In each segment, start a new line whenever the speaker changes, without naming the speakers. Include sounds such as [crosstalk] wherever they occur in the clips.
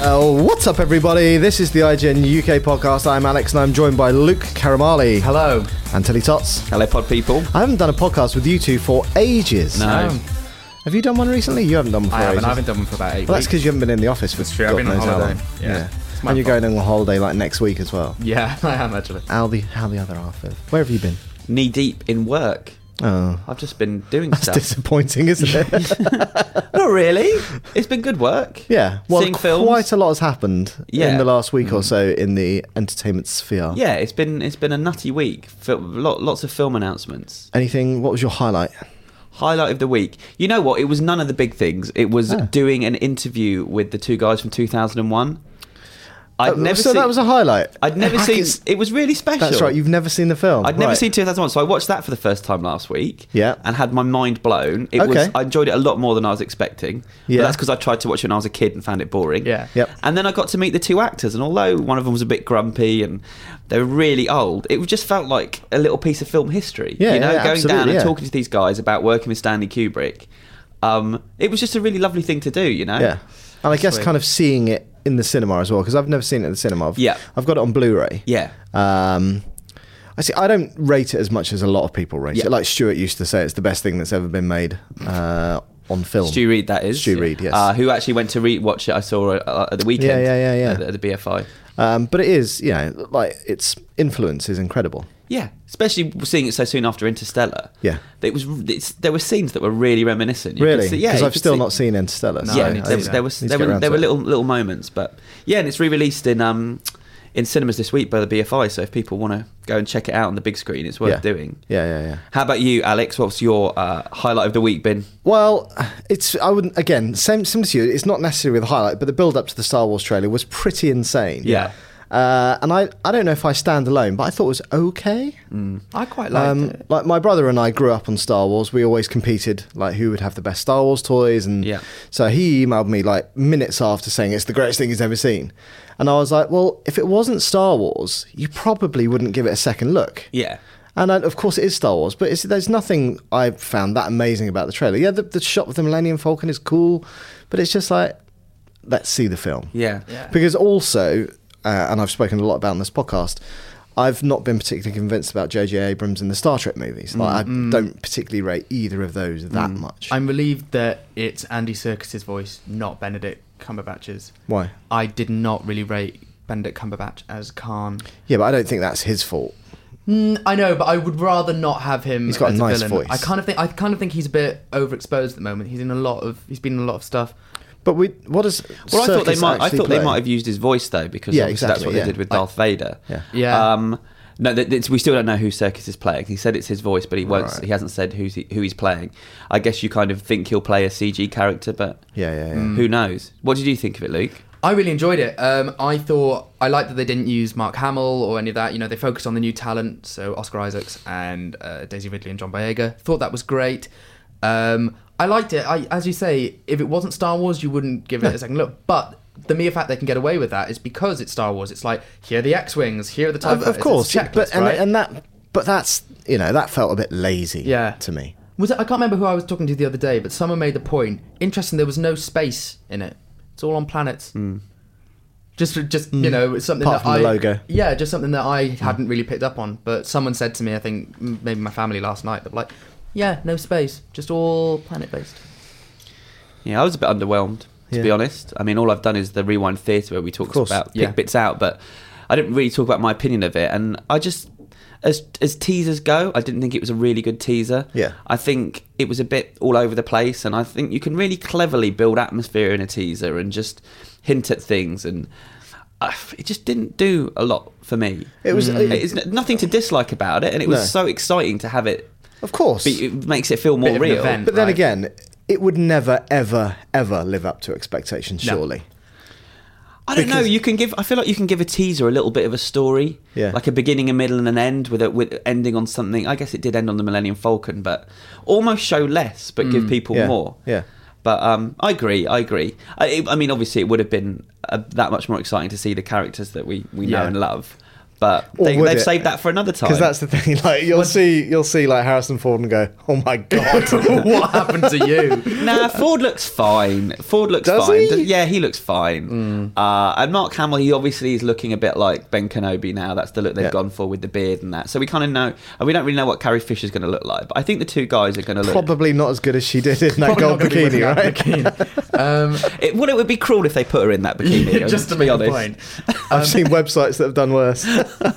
Uh, what's up, everybody? This is the IGN UK podcast. I'm Alex, and I'm joined by Luke Caramali
Hello.
and Tilly Tots.
Hello, pod people.
I haven't done a podcast with you two for ages.
No.
Um,
Have you done one recently? You haven't done one for
I haven't.
ages.
I haven't done one for about eight
Well, that's
weeks.
because you haven't been in the office for
That's true, I've
God
been on
knows how
holiday.
long.
Yeah. It's my
and you're
fault.
going on holiday like next week as well.
Yeah, [laughs] I am actually.
How the how the other half of? Where have you been?
Knee deep in work.
Oh,
I've just been
[laughs]
doing
that's
stuff.
disappointing, isn't
[laughs]
it?
Not really. It's been good
[laughs]
work.
yeah. Well,
Seeing films.
quite a lot has happened in
Yeah. Mm.
the last week or so in the entertainment sphere.
Yeah, it's been it's been a nutty week. Fil- lot, lots of film announcements.
Anything? What was your highlight?
Highlight of the week. You know what? It was none of the big things. It was
Oh.
doing an interview with the two guys from 2001. I'd
Uh,
never
so
seen,
that was a highlight.
I'd never
Heck,
seen.
it's-
It was really special.
That's right. You've never seen the film.
I'd
Oh,
never
Right.
seen 2001, so I watched that for the first time last week.
Yeah.
And had my mind blown. It
Okay.
was I enjoyed it a lot more than I was expecting.
Yeah.
But that's because I tried to watch it when I was a kid and found it boring.
Yeah.
Yep.
And then I got to meet the two actors, and although one of them was a bit grumpy and they were really old, it just felt like a little piece of film history.
Yeah,
you know,
yeah,
going
absolutely,
down and
yeah.
talking to these guys about working with Stanley Kubrick. Um, it was just a really lovely thing to do, you know.
Yeah. And I guess
Sweet.
kind of seeing it in the cinema as well because I've never seen it in the cinema. I've,
Yeah.
I've got it on Blu-ray.
Yeah.
Um, I see. I don't rate it as much as a lot of people rate
Yeah.
it. Like Stuart used to say, it's the best thing that's ever been made uh, on film.
Stu Reed, that is.
Stu Reed, yes.
Uh, who actually went to re watch it, I saw uh, at the weekend.
yeah, yeah, yeah.
At the, at the BFI.
Um, but it is, you know, like its influence is incredible.
Yeah, especially seeing it so soon after Interstellar.
Yeah.
it was. It's, there were scenes that were really reminiscent. You could
really?
see- yeah,
Because
you
I've
could
still
see-
not seen Interstellar.
No,
so
yeah,
I
need to
there,
see
just
that.
there was
need to
there,
get
were
around
there
to
were
it.
little little moments, but yeah, and it's re-released in um in cinemas this week by the BFI. So if people want to go and check it out on the big screen, it's worth
yeah.
doing.
Yeah, yeah, yeah.
How about you, Alex? What's your uh, highlight of the week been?
Well, it's I wouldn't again same similar to you. It's not necessarily the highlight, but the build up to the Star Wars trailer was pretty insane.
Yeah.
Uh, and I, I don't know if I stand alone, but I thought it was okay.
Mm.
I quite liked
Um,
it.
like my brother and I grew up on Star Wars. We always competed, like who would have the best Star Wars toys, and
Yeah.
so he emailed me like minutes after saying it's the greatest thing he's ever seen, and I was like, well, if it wasn't Star Wars, you probably wouldn't give it a second look.
Yeah,
And uh, of course, it is Star Wars, but it's, there's nothing I found that amazing about the trailer. Yeah, the, the shot of the Millennium Falcon is cool, but it's just like, let's see the film.
yeah,
Yeah.
Because also, uh, and I've spoken a lot about in this podcast, I've not been particularly convinced about J.J. Abrams and the Star Trek movies.
Mm.
Like, I don't particularly rate either of those that much.
I'm relieved that it's Andy Serkis's voice, not Benedict Cumberbatch's.
Why?
I did not really rate Benedict Cumberbatch as Khan.
Yeah, but I don't think that's his fault.
Mm, I know, but I would rather not have him.
He's got a
as
nice voice.
villain. I kind of think I kind of think he's a bit overexposed at the moment. He's in a lot of he's been in a lot of stuff.
But we, what does?
Well, I thought they
Serkis
might. I
actually
thought
play?
they might have used his voice though, because
Yeah,
obviously
exactly,
that's what
yeah.
they did with Darth Vader.
Yeah.
Yeah.
Um, no, that, that's- we still don't know who Circus is playing. He said it's his voice, but he won't.
Right.
He hasn't said who's he, who he's playing. I guess you kind of think he'll play a CG character, but
Yeah, yeah, yeah.
who knows? What did you think of it, Luke?
I really enjoyed it. Um, I thought I liked that they didn't use Mark Hamill or any of that. You know, they focused on the new talent, so Oscar Isaacs and uh, Daisy Ridley and John Boyega. Thought that was great. Um, I liked it. I, as you say, if it wasn't Star Wars, you wouldn't
[laughs]
give it a second look. But the mere fact they can get away with that is because it's Star Wars. It's like here are the X wings, here are the TIE
Of, of
fighters,
course,
it's a checklist,
but and,
right?
and that, but that's you know that felt a bit lazy.
Yeah.
to me.
was it, I can't remember who I was talking to the other day, but someone made the point. Interesting, there was no space in it. It's all on planets. Just, just you know, it's something
Hmm. Apart
that
from
I
the logo. Hmm.
Yeah, just something that I hadn't really picked up on. But someone said to me, I think m- maybe my family last night, they were like, "Yeah, no space, just all
[laughs]
planet based."
Yeah, I was a bit underwhelmed to
Yeah.
be honest. I mean, all I've done is the Rewind Theatre where we talked
course,
about pick
yeah.
bits out, but I didn't really talk about my opinion of it. And I just, as as teasers go, I didn't think it was a really good teaser.
Yeah.
I think it was a bit all over the place, and I think you can really cleverly build atmosphere in a teaser and just hint at things and. uh, It just didn't do a lot for me.
It was- Mm.
it's n- nothing to dislike about it, and it was
No.
so exciting to have it.
Of course,
Be, it makes it feel more
Bit of an
real.
event.
But then
Right.
again, it would never, ever, ever live up to expectations,
No.
surely.
I don't know.
Because-
You can give. I feel like you can give a teaser, a little bit of a story,
Yeah.
like a beginning, a middle, and an end, with a with ending on something. I guess it did end on the Millennium Falcon, but almost show less, but give people
Mm, Yeah,
more.
yeah.
But um, I agree. I agree. I, it- I mean, obviously, it would have been uh that much more exciting to see the characters that we we know
Yeah.
and love. But
Or
they,
would
they've
it?
saved that for another time.
Because that's the thing. [laughs] Like you'll see, you'll see like Harrison Ford and go, "Oh
[laughs]
my god,
what happened to you?
Nah, Ford looks fine. Ford looks
Does
fine.
he?
Does- Yeah, he looks
Hmm.
fine. Uh, and Mark Hamill, he obviously is looking a bit like Ben Kenobi now. That's the look they've
Yeah.
gone for with the beard and that. So we kind of know, and we don't really know what Carrie Fisher's going to look like. But I think the two guys are going to look.
probably not as good as she did in that
Probably not
gold
gonna be
bikini,
wearing that
right?"
bikini. Um,
It, well, it would be cruel if they put her in
[laughs]
that bikini.
yeah, just to
be
make a
honest. [laughs]
point.
[laughs]
Um,
I've seen websites that have done
[laughs]
worse.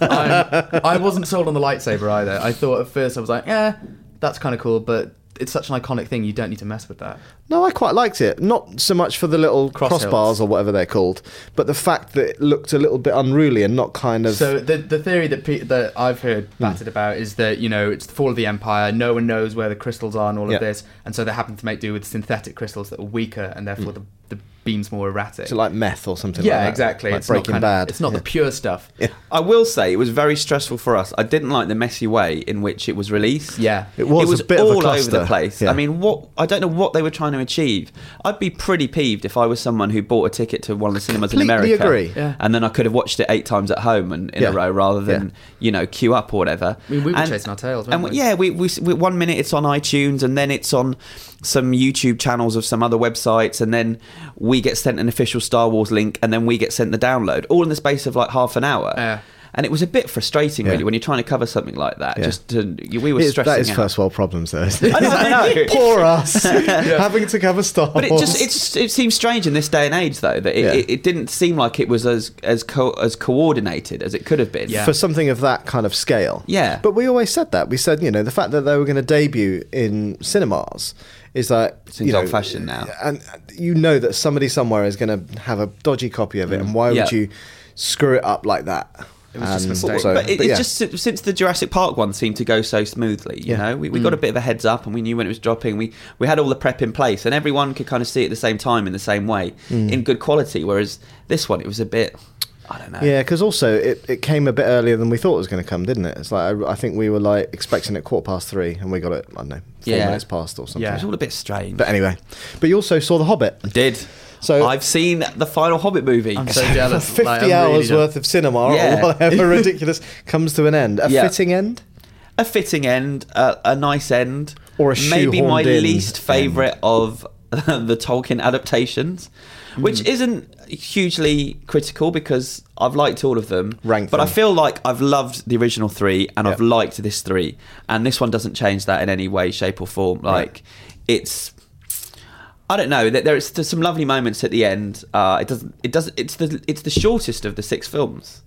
I'm, I wasn't sold on the lightsaber either. I thought at first I was like, eh, that's kind of cool, but it's such an iconic thing. You don't need to mess with that.
No, I quite liked it. Not so much for the little
Cross
crossbars
hilts.
or whatever they're called, but the fact that it looked a little bit unruly and not kind of.
So the the theory that pe- that I've heard
Hmm.
batted about is that you know it's the fall of the empire. No one knows where the crystals are and all
Yeah.
of this, and so they happen to make do with synthetic crystals that are weaker and therefore the, the beams more erratic.
to Hmm. like meth or something
yeah,
like that.
exactly.
Like
it's
Breaking
not kind
Bad.
Of, it's not
Yeah.
the pure stuff.
[laughs] Yeah.
I will say it was very stressful for us. I didn't like the messy way in which it was released.
Yeah.
It was a bit of a
all over
cluster.
the place.
Yeah.
I mean, what I don't know what they were trying to achieve. I'd be pretty peeved if I was someone who bought a ticket to one of the cinemas in
Completely
America.
agree.
Yeah.
And then I could have watched it eight times at home and in
Yeah.
a row rather than
Yeah.
you know queue up or whatever.
I mean, we were
And-
chasing our tails,
And
weren't we?
yeah, we, we, we one minute it's on iTunes and then it's on some YouTube channels of some other websites and then we get sent an official Star Wars link and then we get sent the download all in the space of like half an hour.
Yeah.
And it was a bit frustrating, really,
Yeah.
when you're trying to cover something like that.
Yeah.
Just to, we were
It is-
stressing
that is
out.
first world problems, though. Isn't it?
I know, I know.
[laughs]
[laughs]
Poor us, having to cover Star
But it
Wars.
just it, just- it seems strange in this day and age, though, that it,
Yeah.
it, it didn't seem like it was as as co- as coordinated as it could have been.
Yeah.
for something of that kind of scale.
Yeah.
But we always said that. We said, you know, the fact that they were going to debut in cinemas is that
Seems
you know,
old-fashioned now.
And you know that somebody somewhere is going to have a dodgy copy of it, and why
Yeah.
would you screw it up like that? It
was just a mistake.
but it, it
yeah.
just si- since the Jurassic Park one seemed to go so smoothly, you
Yeah. Mm.
know, we, we got a bit of a heads up and we knew when it was dropping. We we had all the prep in place and everyone could kind of see it at the same time in the same way
Mm.
in good quality. Whereas this one, it was a bit, I don't know.
Yeah, because also it, it came a bit earlier than we thought it was going to come, didn't it? It's like I, I think we were like expecting it quarter past three, and we got it. I don't know, four
Yeah.
minutes past or something.
it was
Yeah.
all a bit strange.
But anyway, but you also saw The Hobbit.
Did
So-
I've seen the final Hobbit movie.
I'm so
[laughs]
jealous.
Fifty
Like, I'm really
hours
jealous.
worth of cinema
Yeah.
or whatever
[laughs]
ridiculous comes to an end. A
Yeah.
fitting end.
a fitting end, a, a nice end,
Or a
maybe my
shoehorned in
least favorite of [laughs] the Tolkien adaptations, which
Hmm.
isn't hugely critical because I've liked all of them.
Rank
but I
them.
feel like I've loved the original three and I've
Yeah.
liked this three, and this one doesn't change that in any way, shape, or form. Like it's. I don't know. There- There's there's some lovely moments at the end. Uh, it doesn't. It doesn't. It's the it's the shortest of the six films,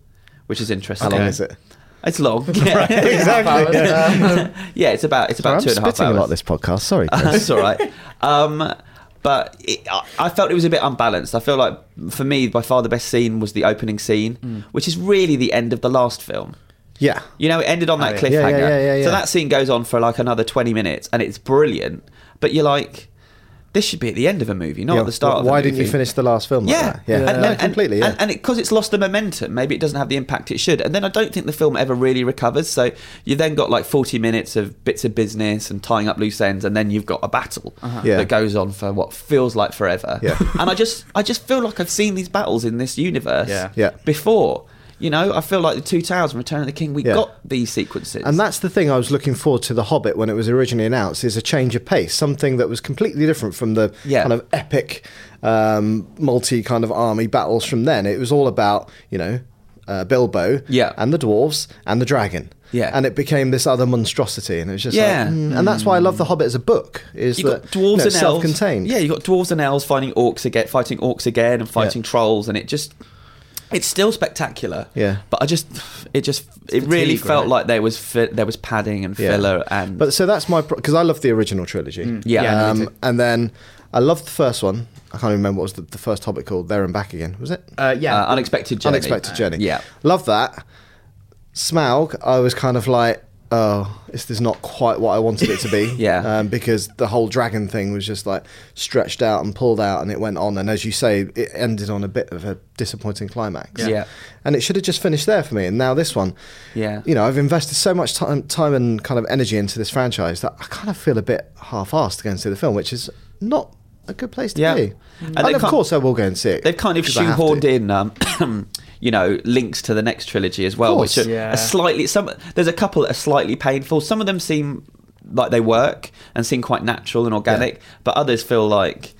which is interesting.
How long
Okay.
is it?
It's long. [laughs] Yeah.
Exactly.
Half hours. Um,
[laughs] yeah, it's about it's
Sorry,
about two and a half
I'm spitting
hours.
a lot this
[laughs]
podcast. Sorry. Chris.
That's all right. Um, but it, I I felt it was a bit unbalanced. I feel like for me, by far the best scene was the opening scene, which is really the end of the last film.
yeah.
You know, it ended on that
yeah.
cliffhanger.
Yeah, yeah, yeah, yeah,
So
yeah.
that scene goes on for like another twenty minutes, and it's brilliant. But you're like, this should be at the end of a movie, not
Yeah.
at the start. of the
Why didn't you
movie.
finish the last film? like
Yeah,
that? yeah.
Yeah.
No, completely. Yeah.
and, and it because it's lost the momentum, maybe it doesn't have the impact it should. And then I don't think the film ever really recovers. So you then got like forty minutes of bits of business and tying up loose ends, and then you've got a battle
Uh-huh. Yeah.
that goes on for what feels like forever.
Yeah.
[laughs] and I just, I just feel like I've seen these battles in this universe
Yeah.
Yeah. before.
before. You know, I feel like the Two Towers and Return of the King. We
Yeah.
got these sequences,
And that's the thing I was looking forward to The Hobbit when it was originally announced is a change of pace, something that was completely different from the
Yeah.
kind of epic um, multi kind of army battles from then. It was all about, you know, uh, Bilbo
Yeah.
and the dwarves and the dragon.
Yeah.
And it became this other monstrosity and it was just
Yeah.
like, mm, and that's why I love The Hobbit as a book is
you
that
got dwarves
you know,
and elves.
self-contained.
Yeah, you got dwarves and elves fighting orcs again, fighting orcs again, and fighting trolls, and it just. It's still spectacular,
Yeah.
But I just, it just, it really
fatigue,
felt
right?
like there was fi- there was padding and
Yeah.
filler and
But so that's my because I love the original trilogy.
Mm. Yeah. Yeah,
I know you
um, and then I loved the first one. I can't remember what was the, the first Hobbit called. There and back again was it?
uh, yeah.
uh, unexpected journey.
Unexpected journey.
Yeah,
love that. Smaug, I was kind of like, oh, this is not quite what I wanted it to be.
[laughs] Yeah.
um, because the whole dragon thing was just like stretched out and pulled out, and it went on. And as you say, it ended on a bit of a disappointing climax.
Yeah. Yeah.
and it should have just finished there for me. And now this one,
yeah.
you know, I've invested so much time, time and kind of energy into this franchise that I kind of feel a bit half-assed to go and see the film, which is not a good place to
Yeah.
be.
And
And,
they
of
can't-
course, I will go and see it.
They've kind of
because I have to.
shoehorned in, um, [clears throat] you know links to the next trilogy as well,
course.
which are,
Yeah.
are slightly some. There's a couple that are slightly painful. Some of them seem like they work and seem quite natural and organic, but others feel like.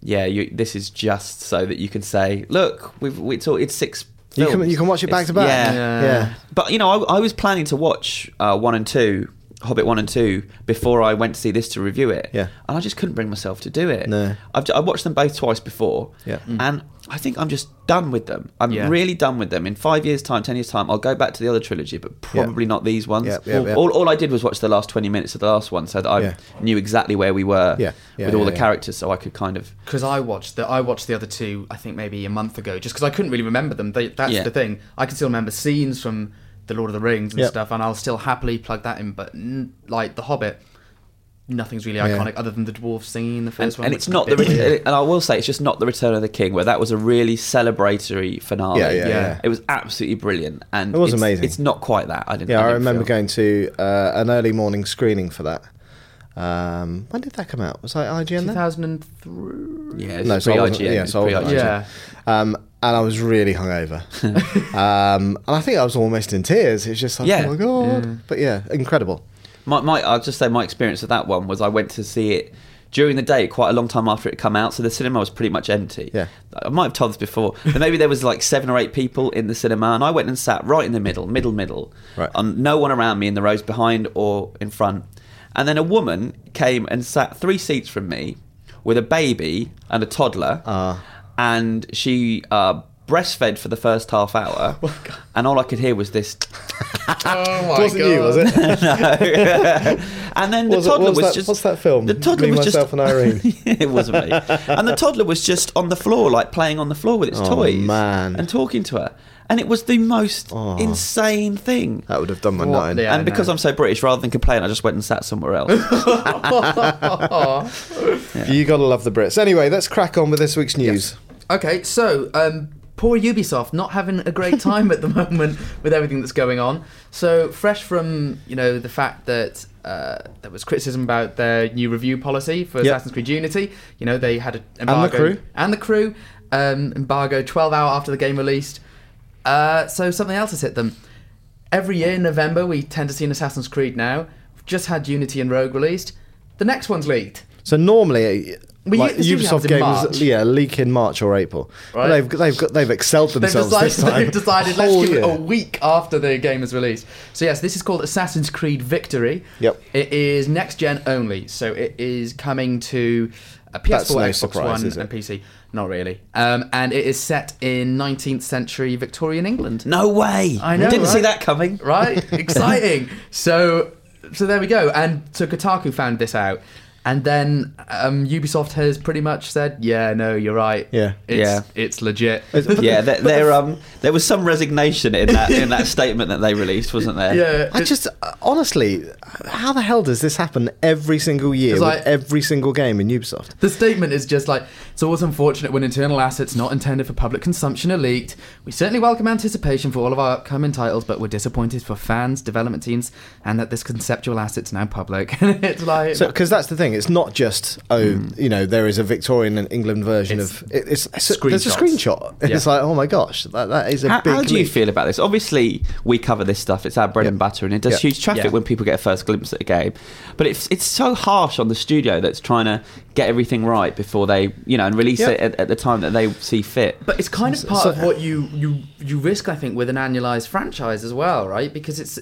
Yeah, you, this is just so that you can say, look, we've, we, it's, all, it's six.
You can-
films.
you can watch it
It's-
back to back.
Yeah,
Yeah.
Yeah.
but you know, I, I was planning to watch uh, one and two, Hobbit one and two, before I went to see this to review it.
Yeah.
and I just couldn't bring myself to do it.
No.
I've I watched them both twice before.
Yeah. Mm.
and I think I'm just done with them. I'm
Yeah.
really done with them. In five years' time, ten years' time, I'll go back to the other trilogy, but probably not these ones.
Yeah, yeah,
all,
yeah.
All, all I did was watch the last twenty minutes of the last one, so that I
Yeah.
knew exactly where we were
Yeah, yeah,
with all
yeah,
the
yeah.
characters, so I could kind of.
because I watched the I watched the other two I think maybe a month ago just because I couldn't really remember them. They, that's
Yeah.
the thing. I can still remember scenes from the Lord of the Rings and
Yep.
stuff, and I'll still happily plug that in. But n- like the Hobbit, nothing's really
Yeah.
iconic other than the dwarves singing in the
And,
first one.
and
which
it's
is a
not the
bit weird.
and I will say it's just not the Return of the King where that was a really celebratory finale.
Yeah, yeah,
Yeah.
yeah.
It was absolutely brilliant, and
It was
it's,
amazing.
It's not quite that. I didn't.
Yeah, I,
didn't
remember
feel.
going to uh, an early morning screening for that. Um, when did that come out? Was that IGN then?
2003.
Yeah,
No,
it's
so I
pre-IGN.
wasn't- yeah, so I wasn't
pre-IGN. [laughs]
Yeah. [laughs]
Um, and I was really hungover. um, and I think I was almost in tears. It's just like,
Yeah.
oh my god. But yeah, incredible.
My, my, I'll just say my experience of that one was I went to see it during the day, quite a long time after it had come out, so the cinema was pretty much empty.
Yeah.
I might have told this before, but maybe there was like seven or eight people in the cinema, and I went and sat right in the middle, middle, middle,
Right.
on no one around me in the rows behind or in front. And then a woman came and sat three seats from me with a baby and a toddler,
Ah.
and she uh, breastfed for the first
[laughs]
half hour,
Oh
and all I could hear was this.
Oh my
it wasn't you, was
[laughs]
[laughs] it?
and then the
Was it- what
toddler
was that-
just
what's that film?
The toddler
Me,
was just
Myself and
[laughs]
Irene.
it wasn't me. And the toddler was just on the floor, like playing on the floor with its
Oh,
toys,
man.
and talking to her. And it was the most
Oh.
insane thing.
That would have done my
What
nine.
the- Yeah, I
and because
know.
I'm so British, rather than complain, I just went and sat
[laughs]
somewhere else.
You gotta love the Brits. Anyway, let's crack on with this week's news.
Okay, so um, poor Ubisoft not having a great time at the moment with everything that's going on. So fresh from you know the fact that uh, there was criticism about their new review policy for
Yep.
Assassin's Creed Unity. You know they had an embargo
crew.
and the crew um, embargo 12 hour after the game released. Uh, so something else has hit them. Every year in November we tend to see an Assassin's Creed now. We've just had Unity and Rogue released. The next one's leaked.
So normally,
Well,
like,
you- this usually
Ubisoft
happens in March.
games, yeah, leak in March or April. But
Right.
They've they've got they've excelled
They've
themselves
decided, [laughs]
this time. Oh,
they've decided let's
Whole
give it
year.
a week after the game is released. So yes, this is called Assassin's Creed Victory.
Yep.
It is next gen only, so it is coming to uh, a PS4,
That's no
Xbox
surprise,
One,
is it?
and PC. Not really. Um, and it is set in 19th century Victorian England.
no way.
I know,
Didn't see
right?
that coming.
Right?
[laughs]
Exciting. So, so there we go. And so Kotaku found this out. And then um, Ubisoft has pretty much said, "Yeah, no, you're right.
Yeah.
it's,
Yeah.
it's legit.
yeah, there, there, um, there was some resignation in that
[laughs]
in that statement that they released, wasn't
[laughs]
there?
yeah,
I just honestly, how the hell does this happen every single year
'Cause
with
I-
every single game in Ubisoft?
The statement is just like it's always unfortunate when internal assets not intended for public consumption are leaked. We certainly welcome anticipation for all of our upcoming titles, but we're disappointed for fans, development teams, and that this conceptual asset's now public. [laughs] And it's like
So, because that's the thing, it's not just oh, you know, there is a Victorian and England version
Hmm. It's
of it, it's, it's there's a
screenshots.
screenshot. [laughs] It's like oh my gosh, that, that is a
How,
big.
how do you
leap.
feel about this? Obviously, we cover this stuff. It's our bread
Yeah.
and butter, and it does
Yeah.
huge traffic
Yeah.
when people get a first glimpse at a game. But it's it's so harsh on the studio that's trying to get everything right before they, you know, and release
Yeah.
it at, at the time that they see fit.
But it's kind of part
so-
of what you, you you risk, I think, with an annualized franchise as well, right? Because it's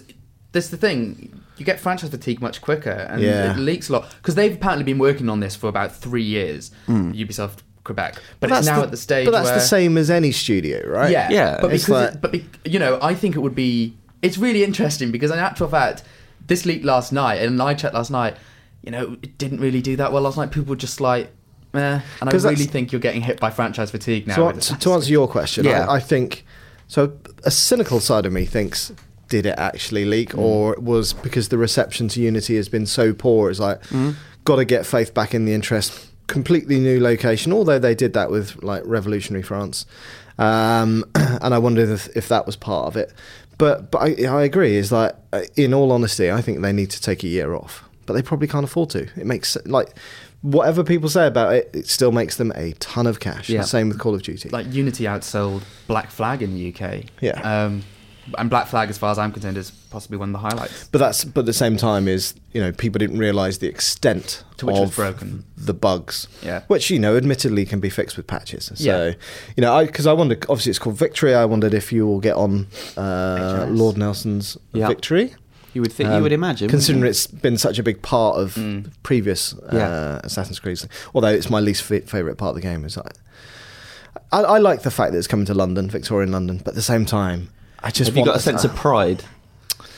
that's the thing. You get franchise fatigue much quicker, and
Yeah.
it leaks a lot because they've apparently been working on this for about three years. Ubisoft Quebec, but, it's
Mm. that's
now at the stage.
But that's
where,
the same as any studio, right?
Yeah,
Yeah.
But
It's
because,
like-
it, but be, you know, I think it would be. It's really interesting because, in actual fact, this leaked last night, and I checked last night. You know, it didn't really do that well last night. People were just like, eh. And I
'Cause that's-
really think you're getting hit by franchise fatigue now.
So,
with
an- so to
Assassin's
answer your question,
Yeah.
I, I think so. A cynical side of me thinks, did it actually
Mm.
leak, or it was because the reception to Unity has been so poor? It's like,
Mm.
got to get faith back in the interest. Completely new location, although they did that with like Revolutionary France, um, [clears throat] and I wondered if, if that was part of it. But but I, I agree. Is like, uh, in all honesty, I think they need to take a year off but they probably can't afford to. It makes like whatever people say about it, it still makes them a ton of cash.
Yeah.
The same with Call of Duty.
like Unity outsold Black Flag in the UK.
Yeah.
Um, and Black Flag, as far as I'm concerned, is possibly one of the highlights.
but that's but at the same time is you know people didn't realize the extent
To which it
of
was broken.
the bugs.
Yeah.
which you know admittedly can be fixed with patches. So
Yeah.
you know I because I wondered obviously it's called Victory. I wondered if you will get on uh,
HRS.
Lord Nelson's
Yeah.
Victory.
You would think
Um,
you would imagine, wouldn't
considering
you?
it's been such a big part of
Mm.
previous uh,
Yeah.
Assassin's Creed. Although it's my least f- favorite part of the game. Is I, I, I like the fact that it's coming to London, Victorian London, but at the same time, I just
Have you
want
got a sense of pride?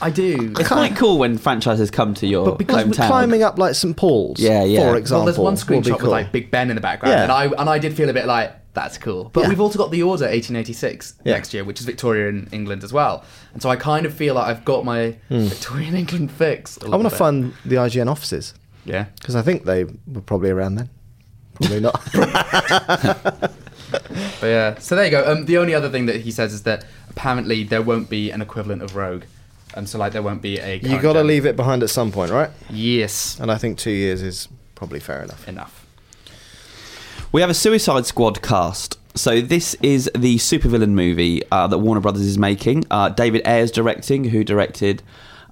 I do.
It's quite cool when franchises come to your
But because
hometown.
we're climbing up like St Paul's,
Yeah, yeah.
for
Well,
example,
well, there's one
will be
screenshot
cool.
with like Big Ben in the background,
Yeah.
and I and I did feel a bit like that's cool. But
Yeah.
we've also got the Order 1886
Yeah.
next year, which is Victoria in England as well, and so I kind of feel like I've got my Victorian England fix. I
Hmm. I want to find the IGN offices
Yeah.
because I think they were probably around then. Probably not.
[laughs]
But yeah, so there you go. Um, the only other thing that he says is that apparently there won't be an equivalent of Rogue, um, so like there won't be a.
you
current
got to
gen.
leave it behind at some point, right?
Yes.
And I think two years is probably fair enough.
Enough.
We have a Suicide Squad cast. So this is the supervillain movie uh, that Warner Brothers is making. Uh, David Ayer's directing, who directed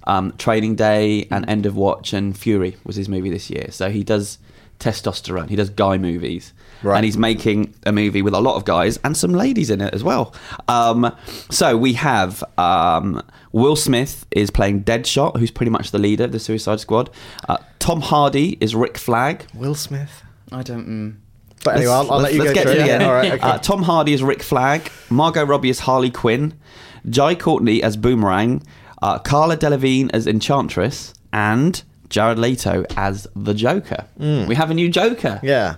um, Training Day and End of Watch and Fury was his movie this year. So he does testosterone. He does guy movies,
Right.
and he's making a movie with a lot of guys and some ladies in it as well. Um, so we have um, Will Smith is playing Deadshot, who's pretty much the leader of the Suicide Squad. Uh, Tom Hardy is Rick Flag.
Will Smith.
I don't. Mm,
But anyway, I'll, I'll
Let's-
let you
let's
go
get
through
to the
it.
end.
All right, okay.
Uh, Tom Hardy is Rick Flag. Margot Robbie is Harley Quinn. Jai Courtney as Boomerang. Uh, Carla Delevingne as Enchantress. And Jared Leto as the Joker. We have a new Joker.
Mm. yeah.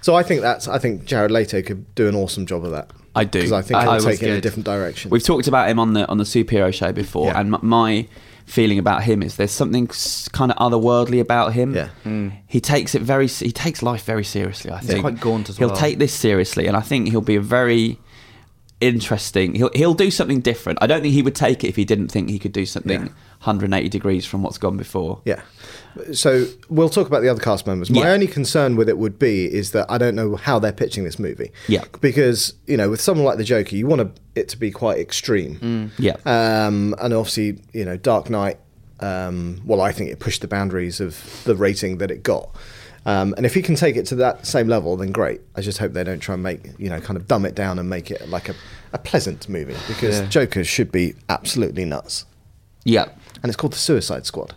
So I think that's. I think Jared Leto could do an awesome job of that.
I do.
Because I think
I
he'll
was
take it in a
good.
different direction.
We've talked about him on the on the superhero show before,
Yeah.
and m- my feeling about him is there's something s- kind of otherworldly about him.
Yeah.
He takes it very s- he takes life very seriously, I think.
Hmm. quite gaunt as
he'll
well.
take this seriously and I think he'll be a very interesting. He'll he'll do something different. I don't think he would take it if he didn't think he could do something
Yeah.
180 degrees from what's gone before.
Yeah. So we'll talk about the other cast members. My
Yeah.
only concern with it would be is that I don't know how they're pitching this movie.
Yeah.
Because, you know, with someone like the Joker, you want to, it to be quite extreme.
Mm. Yeah.
Um, and obviously, you know, Dark Knight, um, well, I think it pushed the boundaries of the rating that it got. Um, and if he can take it to that same level, then great. I just hope they don't try and make, you know, kind of dumb it down and make it like a, a pleasant movie because
Yeah.
Joker should be absolutely nuts
yeah.
and it's called the Suicide Squad.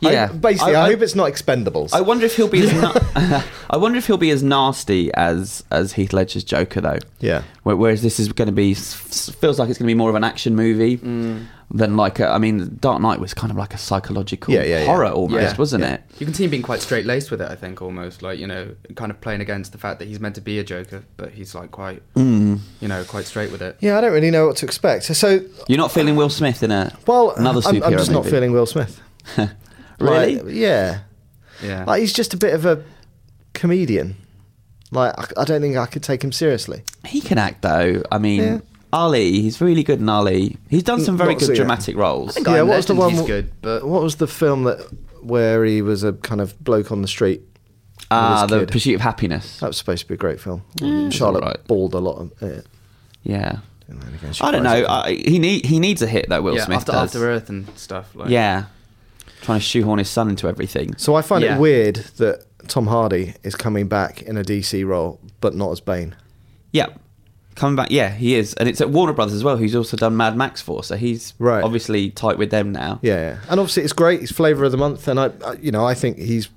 Yeah.
I, basically, I,
I- I-
hope it's not Expendables.
I wonder if he'll be as na- [laughs] I wonder if he'll be as nasty as as Heath Ledger's Joker though.
Yeah.
Where- Whereas this is going to be s- feels like it's going to be more of an action movie
Mm.
than like a, I mean Dark Knight was kind of like a psychological
Yeah, yeah, yeah.
horror almost,
Yeah.
wasn't
Yeah.
it?
You can see him being quite straight laced with it, I think, almost like you know, kind of playing against the fact that he's meant to be a Joker, but he's like quite, you know, quite straight with it.
Mm. yeah, I don't really know what to expect. So,
You're not feeling Will Smith in a
well,
another
I'm,
superhero
I'm just not
movie. [laughs]
feeling Will Smith.
really.
Like, yeah.
Yeah,
Like, he's just a bit of a comedian. Like, I, I don't think I could take him seriously.
he can act though. I mean,
Yeah.
Ali, he's really good in Ali. He's done some
N-
very
not
good
seen it.
dramatic roles.
think I- Guy in Legend, he's
w-
good, but-
what was the film that where he was a kind of bloke on the street? with
Ah,
his
the
kid?
Pursuit of Happiness.
That was supposed to be a great film.
it's
Charlotte
alright.
bawled a lot. Of it.
Yeah.
And then again, she
I don't
cries
know.
at the
I, he need, he needs a hit though. Will
yeah,
Smith
after
does.
After Earth and stuff. Like,
Yeah. Trying to shoehorn his son into everything.
So I find
Yeah.
it weird that Tom Hardy is coming back in a DC role, but not as Bane.
Yeah. Coming back, yeah, he is. And it's at Warner Brothers as well, who's also done Mad Max for. So he's
Right.
obviously tight with them now.
Yeah, yeah. and obviously it's great. It's flavor of the month, and I, I, you know, I think he's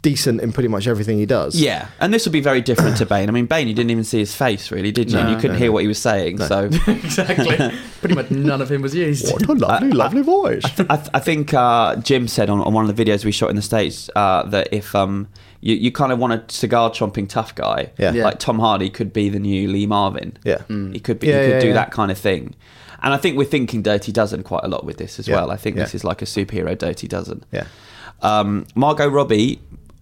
decent in pretty much everything he does.
Yeah. And this will be very different to Bane. I mean, Bane, you didn't even see his face, really, did you?
No.
you couldn't
No,
hear
no.
what he was saying. So
[laughs]
[laughs]
exactly. Pretty much none of him was used.
What a lovely,
I-
lovely voice.
I, th- I think uh, Jim said on, on one of the videos we shot in the States uh, that if um, you, you kind of want a cigar chomping tough guy,
Yeah. Yeah.
like Tom Hardy could be the new Lee Marvin.
Yeah.
mm.
He could, be,
Yeah,
he could
yeah,
do
yeah.
that kind of thing. And I think we're thinking Dirty Dozen quite a lot with this as
Yeah.
well. I think
Yeah.
this is like a superhero Dirty Dozen.
Yeah.
Um, Margot Robbie,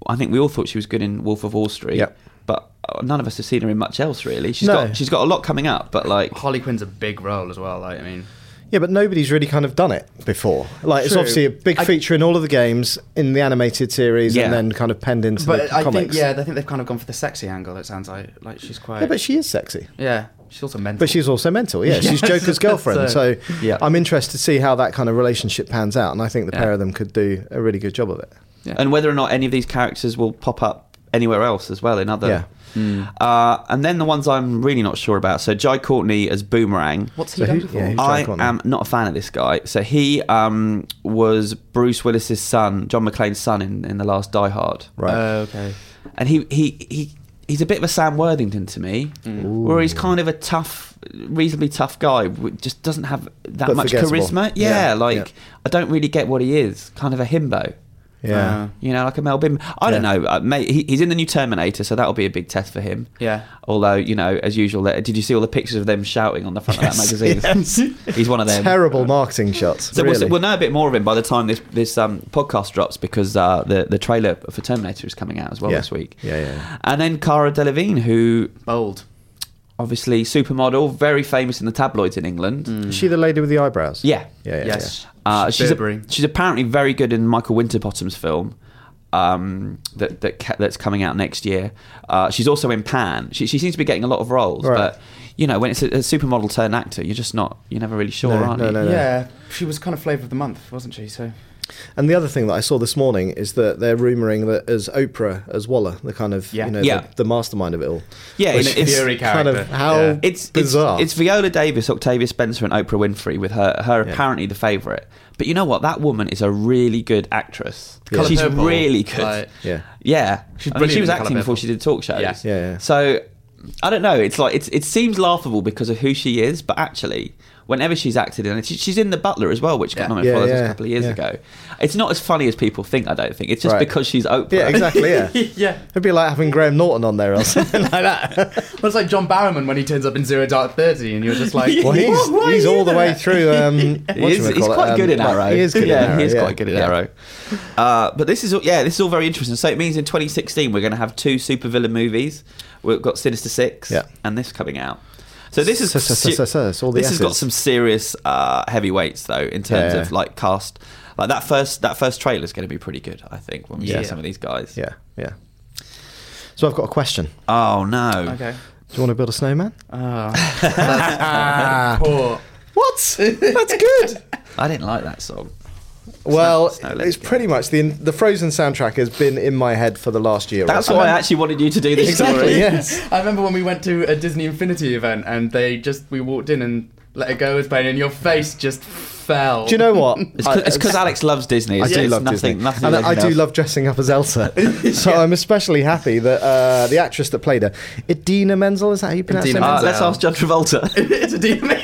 I think we all thought she was good in Wolf of Wall Street.
Yep.
But uh, none of us have seen her in much else, really. She's
No.
got she's got a lot coming up, but like
Harley Quinn's a big role as well. Like, I mean,
Yeah, but nobody's really kind of done it before. Like it's
True.
obviously a big
I-
feature in all of the games in the animated series,
Yeah.
and then kind of penned into
But
the
I think
comics.
yeah, I think they've kind of gone for the sexy angle. It sounds like like she's quite
yeah, but she is sexy.
yeah, she's also mental.
But she's also mental. Yeah, she's
[laughs]
Yes.
Joker's girlfriend.
So-
so
Yeah.
I'm interested to see how that kind of relationship pans out, and I think the
Yeah.
pair of them could do a really good job of it.
Yeah.
and whether or not any of these characters will pop up anywhere else as well in other.
Yeah.
Uh, and then the ones I'm really not sure about. So Jai Courtney as Boomerang.
what's he
So
done
who-
before? Ah,
yeah, who's- Jai
I
Courtney?
am not a fan of this guy. So he um, was Bruce Willis's son, John McClane's son in, in the last Die Hard.
Right.
Oh, okay.
and he he he he's a bit of a Sam Worthington to me, where he's kind of a tough, reasonably tough guy, with- just doesn't have that
But
much
forgettable.
charisma. Yeah,
Yeah,
like
yeah.
I don't really get what he is. Kind of a himbo.
yeah.
Uh,
You know, like a Mel Bim. I don't
Yeah.
know, uh, mate. He, he's in the new Terminator, so that'll be a big test for him.
Yeah.
Although, you know, as usual, that- did you see all the pictures of them shouting on the front of
[laughs]
that magazine? He's one of them. uh,
Terrible marketing shots.
So
really.
we'll, we'll know a bit more of him by the time this this um, podcast drops because uh, the the trailer for Terminator is coming out as well
Yeah.
this week.
Yeah, yeah, yeah.
And then Cara Delevingne, who
Bold.
obviously supermodel, very famous in the tabloids in England.
Is she the lady with the eyebrows?
Yeah.
Yeah, yeah.
yes.
yeah.
Uh, she's,
Burberry.
she's apparently very good in Michael Winterbottom's film um, that, that ca- that's coming out next year. Uh, she's also in Pan. She, she seems to be getting a lot of roles,
Right.
but you know, when it's a, a supermodel turned actor, you're just not, you're never really sure,
No,
aren't
no,
you?
no, no.
Yeah, she was kind of flavour of the month, wasn't she? So
And the other thing that I saw this morning is that they're rumouring that as Oprah as Waller, the kind of
Yeah.
you know
Yeah.
the, the mastermind of it all.
Yeah,
Which
it's-
is
Fury
kind of
character.
how
Yeah.
It's
bizarre.
It's, it's Viola Davis, Octavia Spencer, and Oprah Winfrey with her her
Yeah.
apparently the favourite. But you know what? That woman is a really good actress.
Yeah. Colour
She's
Purple,
really good.
like-
yeah,
Yeah,
She's
I mean, she
brilliant
was
in Colour
acting before
Purple.
she did talk shows.
Yeah.
Yeah,
[laughs]
yeah.
So I don't know. It's like it's, it seems laughable because of who she is, but actually, whenever she's acted in, it, she, she's in The Butler as well, which
Yeah.
got nominated
Yeah,
for Oscars
yeah,
a couple of years
yeah.
ago. It's not as funny as people think. I don't think it's just
Right.
because she's Oprah.
yeah, exactly.
[laughs]
Yeah,
[laughs] yeah.
it'd be like having Graham Norton on there or something like that.
[laughs]
Well, it's like John Barrowman when he turns up in Zero Dark Thirty, and you're just like,
[laughs] Well, he's
Why- why
he's
are you
all the way
there?
through.
[laughs]
Um,
He is- he's
whatchamacallit,
quite
um,
good in
like,
Arrow.
He is good.
yeah,
in Arrow,
he is
yeah.
quite good in
Yeah.
Arrow. Uh, but this is all, yeah, this is all very interesting. So it means in 2016 we're going to have two supervillain movies. We've got Sinister Six
Yeah.
and this coming out. So this is
So, so, so, so, so, it's all the
this has got
S's.
some serious uh, heavyweights though in terms
Yeah.
of like cast. Like that first that first trailer is going to be pretty good. I think when we
Yeah.
see some of these guys.
Yeah, yeah. So I've got a question.
Oh no. [laughs]
okay.
Do you want to build a snowman?
Oh, that's poor.
What? That's
[laughs]
good.
I didn't like that song.
well,
Snow Lady
it's
Gaga.
pretty much the the Frozen soundtrack has been in my head for the last year.
That's
right?
why I actually wanted you to do this
Exactly.
story.
Yes.
I remember when we went to a Disney Infinity event, and they just we walked in and let it go was playing, and your face just fell.
Do you know what?
[laughs] It's because Alex loves Disney.
I
It's-
do
it's
love
nothing,
Disney,
Nothing
and I
original.
do love dressing up as
[laughs]
Elsa. so I'm especially happy that uh, the actress that played her, Idina Menzel, is that how you pronounce
Idina
it?
Uh,
Menzel.
let's ask John
[laughs]
Travolta.
[laughs] it's a demon.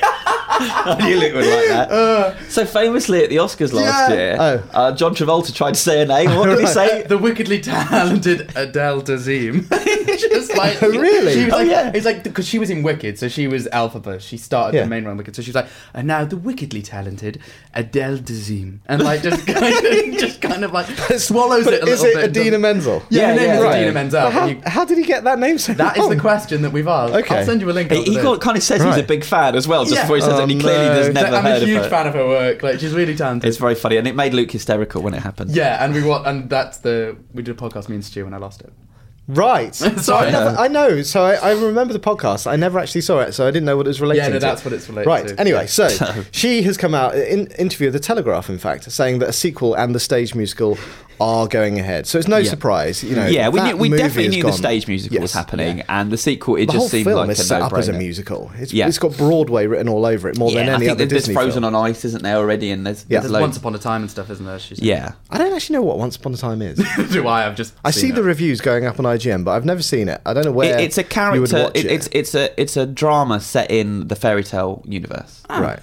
I knew it would like [laughs] that. Uh, so famously at the Oscars last
Yeah.
year,
Oh.
uh, John Travolta tried to say her name. What
[laughs]
did he say?
Uh, the wickedly talented Adele Dazeem. [laughs] just like,
Oh, really?
She was
Oh,
like,
yeah.
It's like because she was in Wicked, so she was Alphaba. She started
Yeah.
the main run Wicked, so she was like, and now the wickedly talented Adele Dazeem, and like just [laughs] kind of, just kind of like swallows
But
it a
is
little
it
bit. and
Idina
doesn't-
Menzel?
Yeah,
Yeah,
yeah,
yeah,
yeah,
right.
Adina Menzel.
But How,
and you-
how did he get that name so
that is the
wrong?
question that we've asked.
Okay.
I'll send you a link.
He,
after
he
this.
got- kind of says he's
Right.
a big fan as well, just
Yeah.
before he says
Oh,
it. And he clearly has
no.
never
I'm
heard
a
of
huge
her.
fan of her work. Like she's really talented.
It's very funny, and it made Luke hysterical when it happened.
yeah, and we wa- and that's the we did a podcast me and Stu and I lost it. [laughs]
Right. So I,
Sorry.
never, I know. So I, I remember the podcast. I never actually saw it, so I didn't know what it was related
Yeah,
to.
no, that's what it's related
Right.
to.
Anyway, so
[laughs]
she has come out uh, in interview with the Telegraph, in fact, saying that a sequel and the stage musical are going ahead. So it's no
Yeah.
surprise, you know.
yeah, we,
that
knew, we
movie
definitely
is
knew
gone.
the stage musical was
Yes.
happening, and the sequel it
The
just
whole
seemed
film
like a
is set up as a
no-brainer.
musical. It's,
Yeah.
it's got Broadway written all over it more
Yeah,
than
I
any
think
other
there's, there's
Disney
Frozen
film.
on Ice, isn't there already? And there's,
Yeah.
there's
There's
loads-
Once Upon a Time and stuff, isn't there? She's
yeah.
I don't actually know what Once Upon a Time
[laughs]
is.
[laughs] Do I? I've just.
I see
seen
the
it.
reviews going up on IGN, but I've never seen it. I don't know where
It, it's a
you would
character.
watch
It,
it.
it's it's a it's a drama set in the fairy tale universe.
right.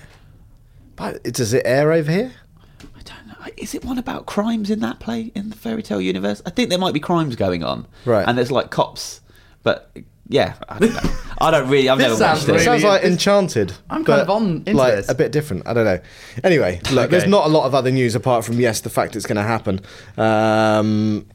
But it- does it air over here?
I don't know. Is it one about crimes in that play in the fairy tale universe? I think there might be crimes going on.
Right.
And there's like cops, but yeah, I
[laughs]
don't know. I don't really. I've
This
never
sounds
watched
It
really-
it.
sounds like
it's-
Enchanted.
I'm
but,
kind of on into
like
this.
a bit different. I don't know. Anyway, look, there's
Okay.
not a lot of other news apart from yes, the fact it's going to happen. Um,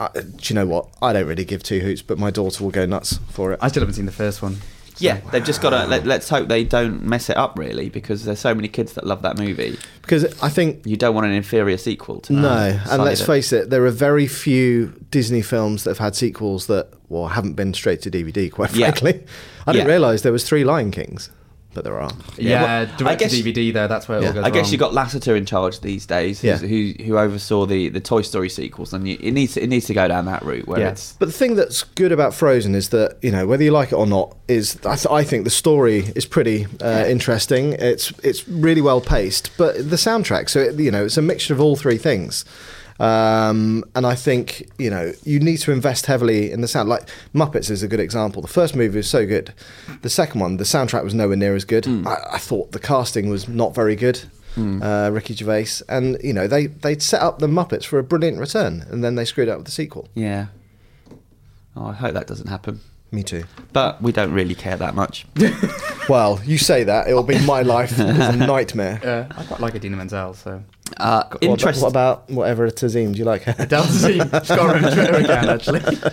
I, do you know what? I don't really give two hoots, but my daughter will go nuts for it.
I still haven't seen the first one.
Yeah, they've just got to let, let's hope they don't mess it up really because there's so many kids that love that movie.
because I think
You don't want an inferior sequel
Ah,
to
No,
that.
and let's
Side of it.
face it, there are very few Disney films that have had sequels that, well, haven't been straight to DVD. Quite
Yeah.
frankly, I didn't
Yeah.
realise there was three Lion Kings, but there are.
Yeah,
Yeah,
well, I
direct
guess-
to DVD though. That's where it
Yeah,
all goes
I guess
wrong.
you got Lasseter in charge these days, who's-
Yeah.
who who oversaw the, the Toy Story sequels, and you, it needs it needs to go down that route where
Yeah.
it's
But the thing that's good about Frozen is that you know whether you like it or not is I, th- I think the story is pretty uh, interesting. It's it's really well paced, but the soundtrack. So it, you know it's a mixture of all three things. Um, and I think you know you need to invest heavily in the sound. Like Muppets is a good example. The first movie was so good. The second one, the soundtrack was nowhere near as good. I, I thought the casting was not very good. Uh, Ricky Gervais, and you know they they'd set up the Muppets for a brilliant return, and then they screwed up with the sequel.
yeah. Oh, I hope that doesn't happen.
Me too.
But we don't really care that much.
[laughs]
Well, you say that it'll be my life is a nightmare.
Uh, I quite like Adina Menzel, [laughs] so
Uh,
What,
interest-
about, what about whatever Tazim? Do you like her?
Adele Zim, she's got her own Twitter [laughs] account actually.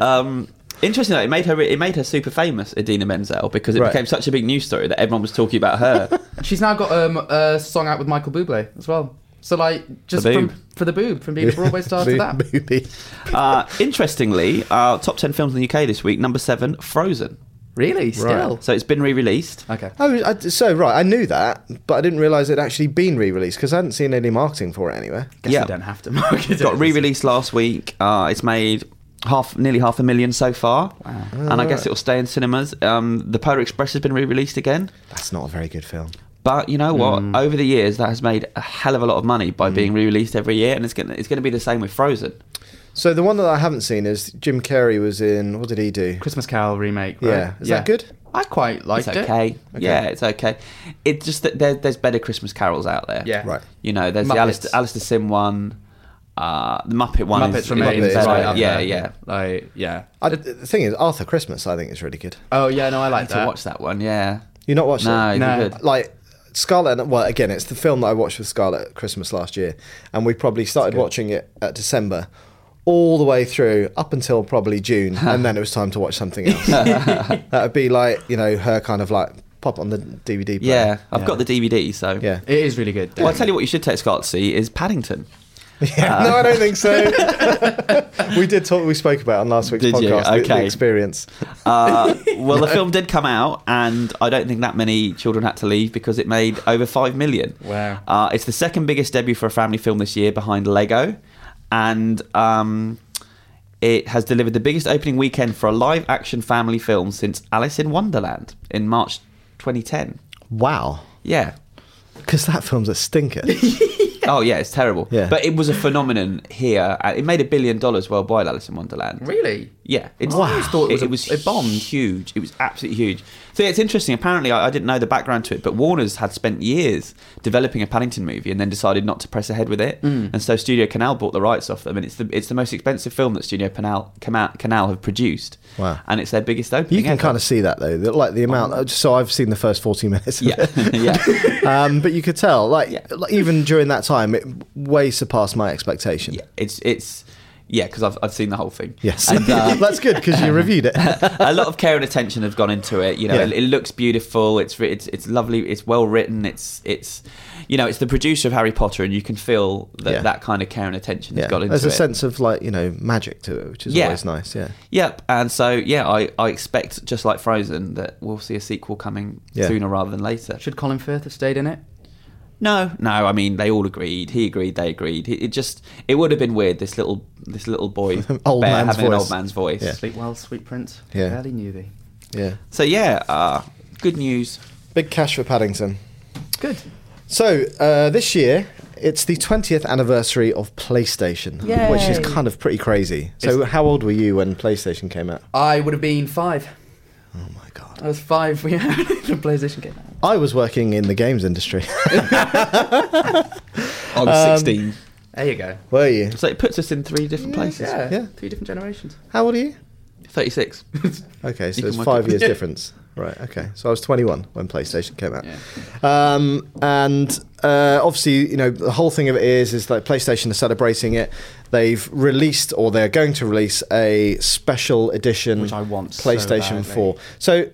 Um, interesting though, it made her it made her super famous, Adina Menzel, because it
Right.
became such a big news story that everyone was talking
[laughs]
about her.
She's now got um, a song out with Michael Bublé as well. So like just
The
from,
Boob.
for the boob from being
[laughs]
a Broadway
[laughs]
star to that.
Movie.
uh, interestingly, uh, top ten films in the UK this week, number seven, Frozen.
Really? Still.
So uh, it's been re-released.
Okay.
Oh, I, so right, I knew that, but I didn't realise it'd actually been re-released because I hadn't seen any marketing for it anywhere.
Guess
Yeah.
you don't have to market it.
It got re-released last week. Uh, it's made half, nearly half a million so far,
Wow.
and I
Uh.
guess it will stay in cinemas. Um, the Polar Express has been re-released again,
That's not a very good film.
but you know what?
Hmm.
Over the years, that has made a hell of a lot of money by being re-released every year, and it's going to it's going to be the same with Frozen.
So the one that I haven't seen is Jim Carrey was in. What did he do?
Christmas Carol remake. Right?
Yeah, is that good?
I quite liked
it's
it.
okay.
Okay.
Yeah, it's okay. It's just that there, there's better Christmas carols out there.
Yeah.
Right.
You know, there's the
Muppets.
Alistair, Alistair Sim one, uh, the Muppet one.
Muppets
is,
remains
is
Muppets,
better.
right up
yeah,
there.
yeah.
Like yeah.
I, the thing is, Arthur Christmas I think is really good.
Oh yeah, no, I
I
like
need
that.
to watch that one. Yeah.
You not watched it?
No, it'd be
No.
good.
like Scarlet. and- Well, again, it's the film that I watched with Scarlet at Christmas last year, and we probably started watching it at December, all the way through up until probably
[laughs]
June, and then it was time to watch something else. that would be like you know her kind of like pop on the DVD. Player.
Yeah, I've
Yeah.
got the DVD, so [laughs]
yeah. [laughs]
It is really good.
Well, I tell you what, you should take Scott to see is Paddington.
Yeah.
Uh,
no, I don't think
[laughs]
so. we did talk. We spoke about it on last week's
Did you?
podcast. the- The,
Okay.
experience.
Uh, well, the film did come out, and I don't think that many children had to leave because it made over five million.
Wow.
Uh, it's the second biggest debut for a family film this year, behind Lego, and um, it has delivered the biggest opening weekend for a live-action family film since Alice in Wonderland in March 2010.
Wow.
Yeah.
Because that film's a
[laughs]
stinker.
Oh yeah, it's terrible.
Yeah.
But it was a phenomenon here. and It made a billion dollars worldwide. Alice in Wonderland.
Really?
Yeah, it's,
Wow.
I always thought it was,
It-
a,
it was
it bombed huge. It was absolutely huge. So yeah, it's interesting. Apparently, I, I didn't know the background to it, but Warner's had spent years developing a Paddington movie and then decided not to press ahead with it.
Mm.
And so Studio Canal bought the rights off them, and it's the it's the most expensive film that Studio Canal Canal, Canal have produced.
Wow.
And it's their biggest opening.
You can
ever.
kind of see that though, that, like the amount. So I've seen the first forty minutes. of
Oh. yeah, [laughs]
it.
yeah.
[laughs] um, but you could tell, like,
Yeah.
like, even during that time, it way surpassed my expectation.
Yeah, it's it's yeah because I've I've seen the whole thing.
Yes,
And, uh,
[laughs] that's good because you reviewed it.
[laughs] a lot of care and attention have gone into it. You know,
Yeah.
it, it looks beautiful. It's ri- it's it's lovely. It's well written. It's it's you know, it's the producer of Harry Potter, and you can feel that
Yeah.
that kind of care and attention
Yeah,
has got into
there's a
it.
sense of like you know magic to it, which is
Yeah.
always nice. Yeah,
Yep, and so yeah, I, I expect just like Frozen that we'll see a sequel coming
Yeah.
sooner rather than later.
Should Colin Firth have stayed in it?
No, no, I mean they all agreed. He agreed. They agreed. It, it just it would have been weird. This little this little boy
[laughs] Old
bear
man's
having an
voice.
old man's voice.
Yeah.
Sleep well, sweet prince.
Yeah.
Barely knew thee.
yeah.
So yeah, uh, good news.
Big cash for Paddington.
Good.
So uh, this year. It's the 20th anniversary of PlayStation, which is
Yay.
kind of pretty crazy. So, how old were you when PlayStation came out?
I would have been five.
Oh my god!
I was five [laughs] when the PlayStation came out.
I was working in the games industry. [laughs]
I
Um,
was sixteen.
There you go.
were you?
So it puts us in three different places.
Yeah,
Yeah.
three different generations.
How old are you? [laughs]
36.
Okay, so
You
it's
can work
five
it. [laughs]
years
Yeah.
difference. Right. Okay. So I was 21 when PlayStation came out.
Yeah.
Um, and uh, obviously, you know, the whole thing of it is is that PlayStation are celebrating it. They've released or they're going to release a special edition
Which I want so
PlayStation
badly.
4. So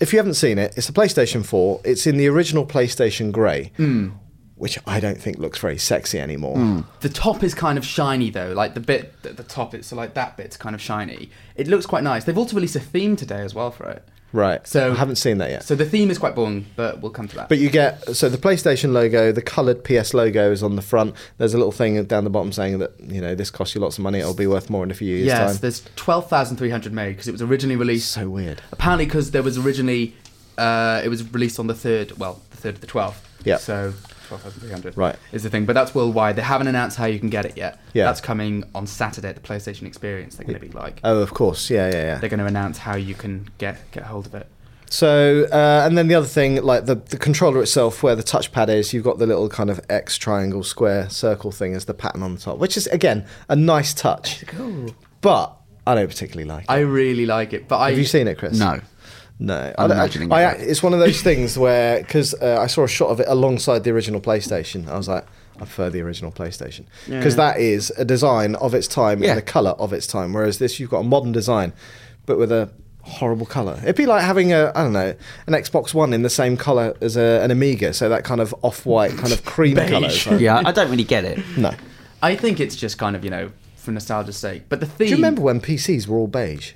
if you haven't seen it, it's a PlayStation 4. It's in the original PlayStation grey,
Hmm.
which I don't think looks very sexy anymore.
The top is kind of shiny though, like the bit at the top. It's so like that bit's kind of shiny. It looks quite nice. They've also released a theme today as well for it.
Right.
So-
I haven't seen that yet.
So the theme is quite boring, but we'll come to that.
But you get so the PlayStation logo, the coloured PS logo is on the front. There's a little thing down the bottom saying that you know this costs you lots of money. It'll be worth more in a few years'
yes,
time.
there's twelve thousand three hundred made because it was originally released.
So weird.
Apparently, because there was originally, uh, it was released on the third. Well, the third of the twelfth.
Yeah.
So twelve thousand three hundred.
Right.
Is the thing, but that's worldwide. They haven't announced how you can get it yet.
Yeah.
That's coming on Saturday at the PlayStation Experience. They're going to be like,
Oh, of course. Yeah, yeah, yeah.
they're going to announce how you can get get hold of it.
So, uh, and then the other thing, like the, the controller itself, where the touchpad is, you've got the little kind of X triangle, square, circle thing as the pattern on the top, which is, again, a nice touch.
Cool.
But I don't particularly like it.
I really like it, but I
Have you seen it, Chris?
No.
No.
I'm
I don't-
imagining
I,
it.
I, it's one of those things where, because uh, I saw a shot of it alongside the original PlayStation, I was like, I prefer the original PlayStation. Because that is a design of its time
Yeah.
and a colour of its time. Whereas this, you've got a modern design, but with a horrible colour. It'd be like having a, I don't know, an Xbox One in the same colour as a, an Amiga. So that kind of off white, kind of cream colour. It's like-
yeah, I don't really get it.
No.
I think it's just kind of you know for nostalgia's sake. But the theme.
Do you remember when PCs were all beige?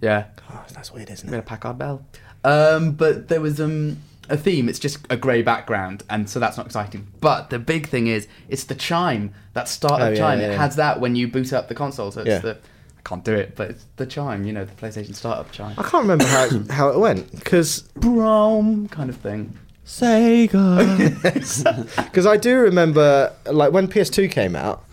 Yeah,
Oh, that's weird, isn't
we
it?
had a Packard Bell. Um, but there was um a theme. It's just a grey background, and so that's not exciting. But the big thing is it's the chime that start
Oh,
up
yeah,
chime.
yeah,
it
yeah.
has that when you boot up the console. So it's
Yeah.
the I can't do it, but it's the chime. You know, the PlayStation startup chime.
I can't remember how it, how it went because
Brom kind of thing.
Sega.
Because I do remember, like when PS2 came out,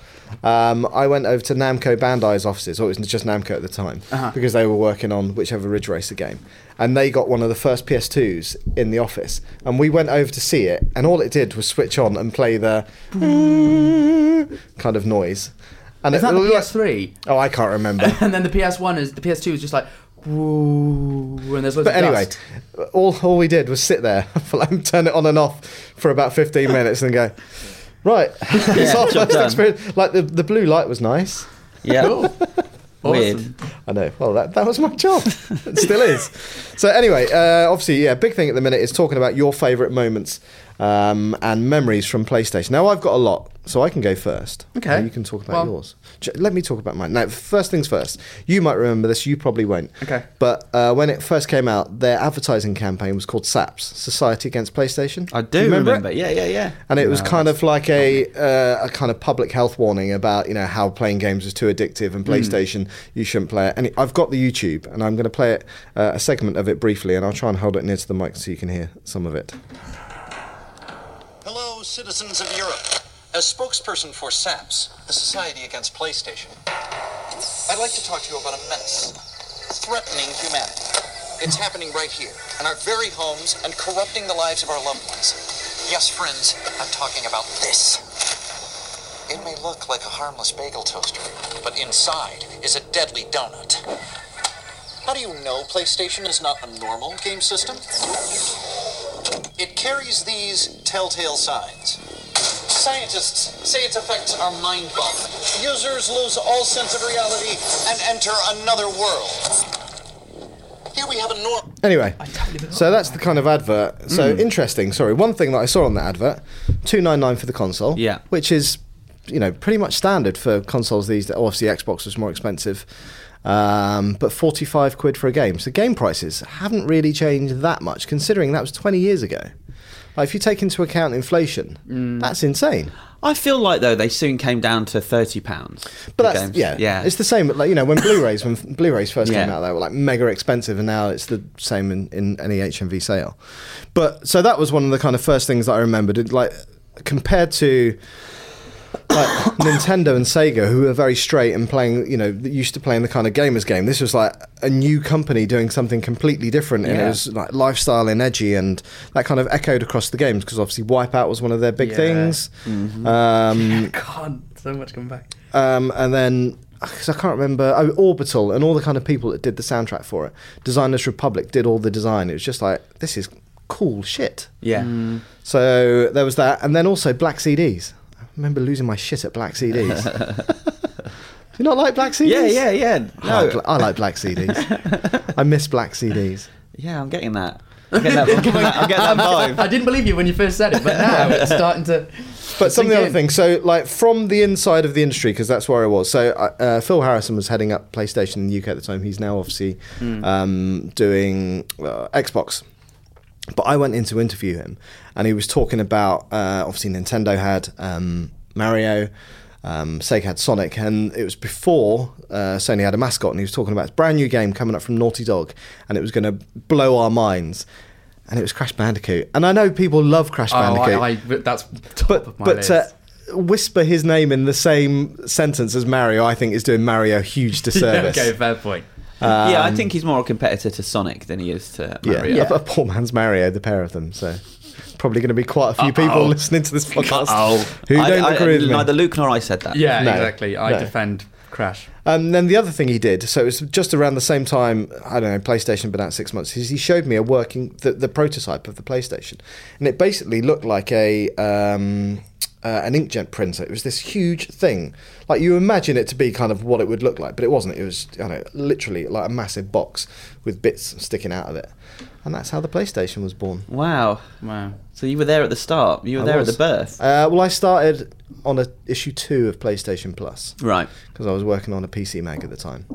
um, I went over to Namco Bandai's offices, or it was just Namco at the time,
Uh-huh.
because they were working on whichever Ridge Racer game, and they got one of the first PS2s in the office, and we went over to see it, and all it did was switch on and play the kind of noise, and
Is that the
looked like-
PS3?
Oh, I can't remember.
[laughs] and then the PS1 is the PS2 is just like. Woo, and there's loads
But
of
anyway,
dust.
all, all we did was sit there, [laughs] for like, turn it on and off for about 15 minutes and go, right, [laughs] it's our
job
first
done.
experience. Like the, the blue light was nice.
[laughs] yeah.
[laughs]
Weird.
Awesome. [laughs]
I know. Well, that, that was my job. It still is. So anyway, uh, obviously, yeah, big thing at the minute is talking about your favourite moments um, and memories from PlayStation. Now, I've got a lot, so I can go first.
Okay.
And you can talk about
Well-
yours. J- Let me talk about mine. Now, first things first. You might remember this. You probably won't.
Okay.
But uh, when it first came out, their advertising campaign was called SAPS, Society Against PlayStation.
I
you
do
remember
remember.
it?
Yeah, yeah, yeah.
And it was kind of like a uh, a kind of public health warning about you know how playing games is too addictive and PlayStation you shouldn't play it. And it- I've got the YouTube and I'm going to play it uh, a segment of it briefly and I'll try and hold it near to the mic so you can hear some of it.
Hello, citizens of Europe. As spokesperson for SAPS, the Society Against PlayStation, I'd like to talk to you about a menace threatening humanity. It's happening right here, in our very homes, and corrupting the lives of our loved ones. Yes, friends, I'm talking about this. It may look like a harmless bagel toaster, but inside is a deadly donut. How do you know PlayStation is not a normal game system? It carries these telltale signs. Scientists say its effects are mind boggling. Users lose all sense of reality and enter another world. Here we have a normal.
Anyway, so that's the kind of advert. So interesting. Sorry, one thing that I saw on that advert, two nine nine for the console.
Yeah.
which is you know pretty much standard for consoles these. days. Obviously, Xbox was more expensive, um, but forty five quid for a game. So game prices haven't really changed that much, considering that was twenty years ago. Like, if you take into account inflation, that's insane.
I feel like though they soon came down to thirty pounds.
But that's yeah,
yeah.
It's the same. Like you know, when Blu-rays
[coughs]
when Blu-rays first came
Yeah.
out, they were like mega expensive, and now it's the same in, in any HMV sale. But so that was one of the kind of first things that I remembered. It, Like compared to like [coughs] Nintendo and Sega, who were very straight and playing, you know, used to playing the kind of gamers game. This was like a new company doing something completely different, and it
Yeah.
was like lifestyle and edgy, and that kind of echoed across the games because obviously Wipeout was one of their big
Yeah.
things.
Mm-hmm.
Um,
God, so much coming back.
um, and then because I can't remember oh, Orbital and all the kind of people that did the soundtrack for it. Designers Republic did all the design. It was just like this is cool shit.
yeah.
So there was that, and then also black CDs. I remember losing my shit at black
[laughs]
CDs. Do you not like black CDs?
Yeah, yeah, yeah.
I, like,
No. [laughs]
I like black CDs. I miss black CDs. [laughs]
Yeah, I'm getting that. I'm getting
[laughs]
that, I'm getting that, I'm getting that
Um, I
vibe.
didn't believe you when you first said it, but
[laughs]
now it's starting to.
But some of the
sink
other
in.
things. So, like from the inside of the industry, because that's where I was. So, uh, uh, Phil Harrison was heading up PlayStation in the UK at the time. He's now obviously
Hmm.
um, doing uh, Xbox. But I went in to interview him, and he was talking about uh, obviously Nintendo had um, Mario, um, Sega had Sonic, and it was before uh, Sony had a mascot. And he was talking about this brand new game coming up from Naughty Dog, and it was going to blow our minds. And it was Crash Bandicoot. And I know people love Crash
Oh,
Bandicoot
I, I, that's top
but
of my
but uh,
list. [laughs]
to whisper his name in the same sentence as Mario, I think is doing Mario a
[laughs]
huge disservice.
okay, fair point.
yeah, I think he's more a competitor to Sonic than he is to
Um, Yeah,
Mario.
A, a poor man's Mario, the pair of them. So probably going to be quite a few people
Uh-oh.
listening to this podcast
Oh,
who
I-
don't
I-
agree with me.
Neither Luke nor I said that.
Yeah,
No,
exactly. I
no.
defend Crash.
Um, then the other thing he did, so it was just around the same time, I don't know, PlayStation had been out six months, is he showed me a working, the, the prototype of the PlayStation. And it basically looked like a um, uh, an inkjet printer. It was this huge thing. Like you imagine it to be kind of what it would look like, but it wasn't. It was, I don't know, literally like a massive box with bits sticking out of it. And that's how the PlayStation was born.
Wow.
Wow.
So you were there at the start. You were
I
there
was.
at the birth.
Uh, well, I started on a, issue two of PlayStation Plus.
right.
because I was working on a PC mag at the time,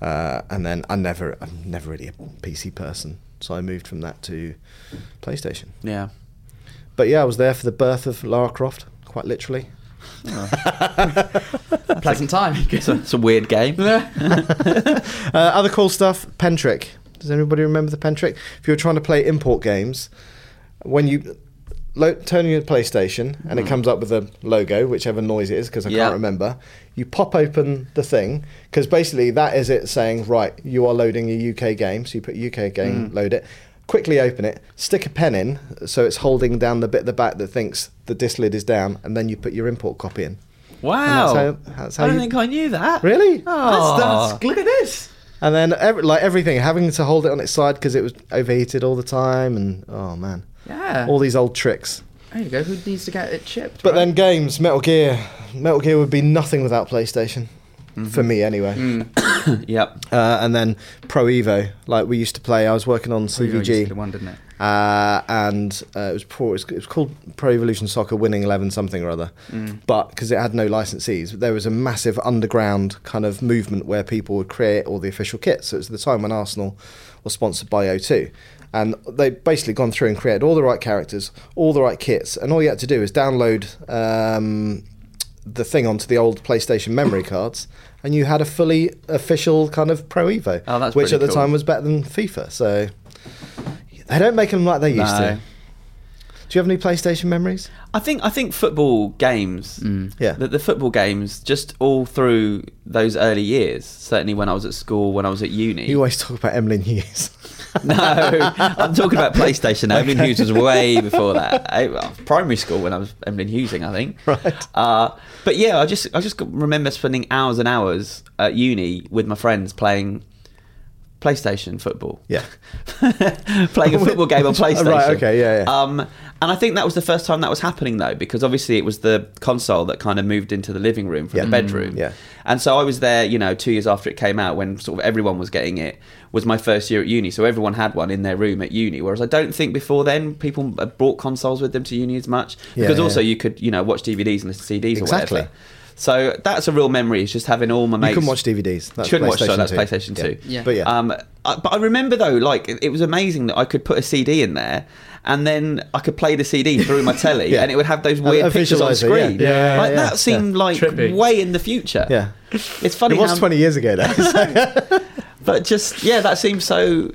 uh, and then I never, I'm never really a PC person, so I moved from that to PlayStation.
Yeah.
But yeah, I was there for the birth of Lara Croft, quite literally. [laughs]
Pleasant time.
[laughs]
[laughs]
It's Oh. a, it's a weird [laughs] game.
Uh, other cool stuff, pen trick. Does anybody remember the pen trick? If you were trying to play import games, when you lo- turn your PlayStation and it comes up with a logo, whichever noise it is, because I
Hmm. Yeah.
can't remember, you pop open the thing because basically that is it saying, right, you are loading a UK game. So you put UK
Hmm.
game, load it. Quickly open it, stick a pen in so it's holding down the bit at the back that thinks the disk lid is down, and then you put your import copy in.
Wow.
And that's how- that's how
I don't
you-
think I knew that.
Really?
Oh.
look at this.
And then ev like everything, having to hold it on its side because it was overheated all the time, and oh man,
Yeah.
all these old tricks.
there you go. Who needs to get it chipped?
But
right?
then games, Metal Gear, Metal Gear would be nothing without PlayStation,
Mm-hmm.
for me anyway.
Mm.
Yep.
Uh, and then Pro Evo, like we used to play. I was working on
Oh, you know, you just did
CVG,
one, didn't it?
uh, and uh, it was pro. It was, it was called Pro Evolution Soccer Winning Eleven something or other.
Mm.
But because it had no licensees, there was a massive underground kind of movement where people would create all the official kits. So it was the time when Arsenal was sponsored by O2, and they'd basically gone through and created all the right characters, all the right kits, and all you had to do is download. Um, the thing onto the old PlayStation
[coughs]
memory cards, and you had a fully official kind of Pro Evo,
Oh, that's
which
pretty
at the
cool.
time was better than FIFA. So they don't make them like they used
No.
to. Do you have any PlayStation memories?
I think I think football games,
Yeah.
the, the football games, just all through those early years. Certainly when I was at school, when I was at uni.
You always talk about Emily Hughes.
[laughs] no, I'm talking
[laughs]
about PlayStation. now. Emlyn Hughes was way before that. I, well, primary school when I was Emlyn Hughesing, I think.
Right.
Uh, but yeah, I just I just remember spending hours and hours at uni with my friends playing PlayStation football.
Yeah.
[laughs] playing a football game on PlayStation.
[laughs] Right, okay, yeah, yeah.
Um, and I think that was the first time that was happening though, because obviously it was the console that kind of moved into the living room from
Yeah. Mm,
the bedroom.
Yeah.
And so I was there, you know, two years after it came out when sort of everyone was getting it, was my first year at uni. So everyone had one in their room at uni. Whereas I don't think before then people uh, brought consoles with them to uni as much.
Yeah,
Because
yeah.
also you could, you know, watch DVDs and listen to CDs
Exactly.
or whatever. So that's a real memory, is just having all my mates.
You couldn't watch DVDs. That's
Couldn't watch,
PlayStation
sorry, that's
2.
PlayStation 2.
Yeah.
Yeah.
But yeah,
Um, I, but I remember though, like it it was amazing that I could put a CD in there, and then I could play the CD through my
[laughs]
telly,
Yeah.
and it would have those
And
weird
a
pictures on
visualizer, yeah.
screen.
Yeah, yeah,
like
yeah.
that seemed like
Trippy.
way in the future.
yeah.
it's funny.
It was
how-
20 years
[laughs]
ago, though.
but just yeah, that seems so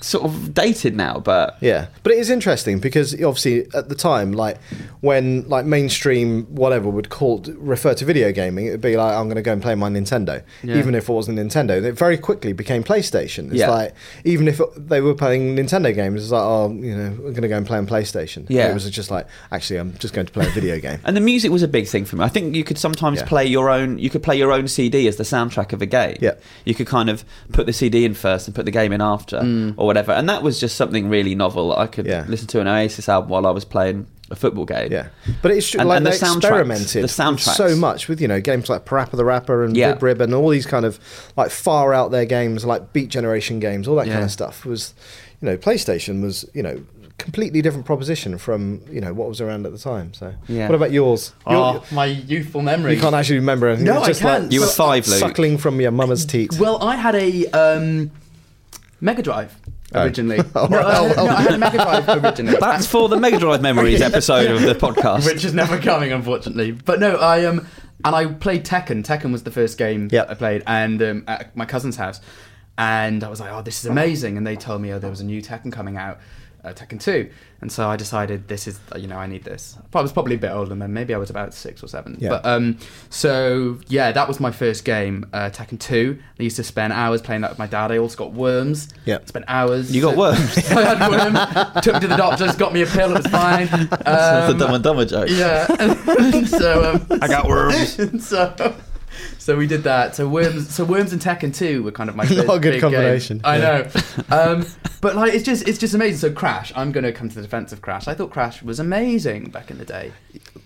sort of dated now. But
Yeah, but it is interesting because obviously at the time, like when like mainstream whatever would call refer to video gaming, it'd be like I'm going to go and play my Nintendo,
Yeah.
even if it wasn't Nintendo. It very quickly became PlayStation. It's
Yeah.
like even if it- they were playing Nintendo games, it's like oh you know we're going to go and play on PlayStation.
Yeah.
it was just like actually I'm just going to play a video [laughs] game.
and the music was a big thing for me. I think you could sometimes
Yeah.
play your own. You could play your own CD as the soundtrack of a game.
Yeah.
You could kind of put the CD in first and put the game in after or whatever. And that was just something really novel. I could
Yeah.
listen to an Oasis album while I was playing a football game.
Yeah, but it's true.
And-
like
and the
they
soundtracks-
experimented
the soundtracks.
so much with you know games like Parappa the Rapper and
Yeah.
Rib Rib and all these kind of like far out there games like Beat Generation games, all that kind
Yeah.
of stuff was, you know, PlayStation was you know completely different proposition from you know what was around at the time. So
Yeah.
what about yours? Your-
Oh, my youthful memory.
you can't actually remember. anything.
No,
It's
I
just like
can't. You
were five, Luke.
suckling from your mama's teat.
Well, I had a um, Mega Drive
Oh.
originally.
[laughs] Oh,
no, I had,
oh,
no, I had a Mega Drive originally.
That's for the Mega Drive Memories episode of the podcast.
which is never coming, unfortunately. But no, I um, and I played Tekken. Tekken was the first game
Yep.
I played, and um, at my cousin's house, and I was like, "Oh, this is amazing!" And they told me, "Oh, there was a new Tekken coming out, uh, Tekken 2. and so I decided, "This is, you know, I need this." I was probably a bit older then. Maybe I was about six or seven.
Yeah.
But um, so yeah, that was my first game, uh, Tekken Two. I used to spend hours playing that with my dad. I also got worms.
Yep.
spent hours.
You got worms?
[laughs] I had worms. Took me to the doctors. Got me a pill. It was fine.
[laughs] That's
Um,
the Dumb and Dumber joke.
[laughs]
yeah. And so um,
I got worms.
so so we did that. So worms so worms and Tekken 2 were kind of my
[laughs]
first
Not a good
big
combination.
Game. I
Yeah.
know.
[laughs]
Um, but like it's just it's just amazing. So Crash, I'm going to come to the defense of Crash. I thought Crash was amazing back in the day.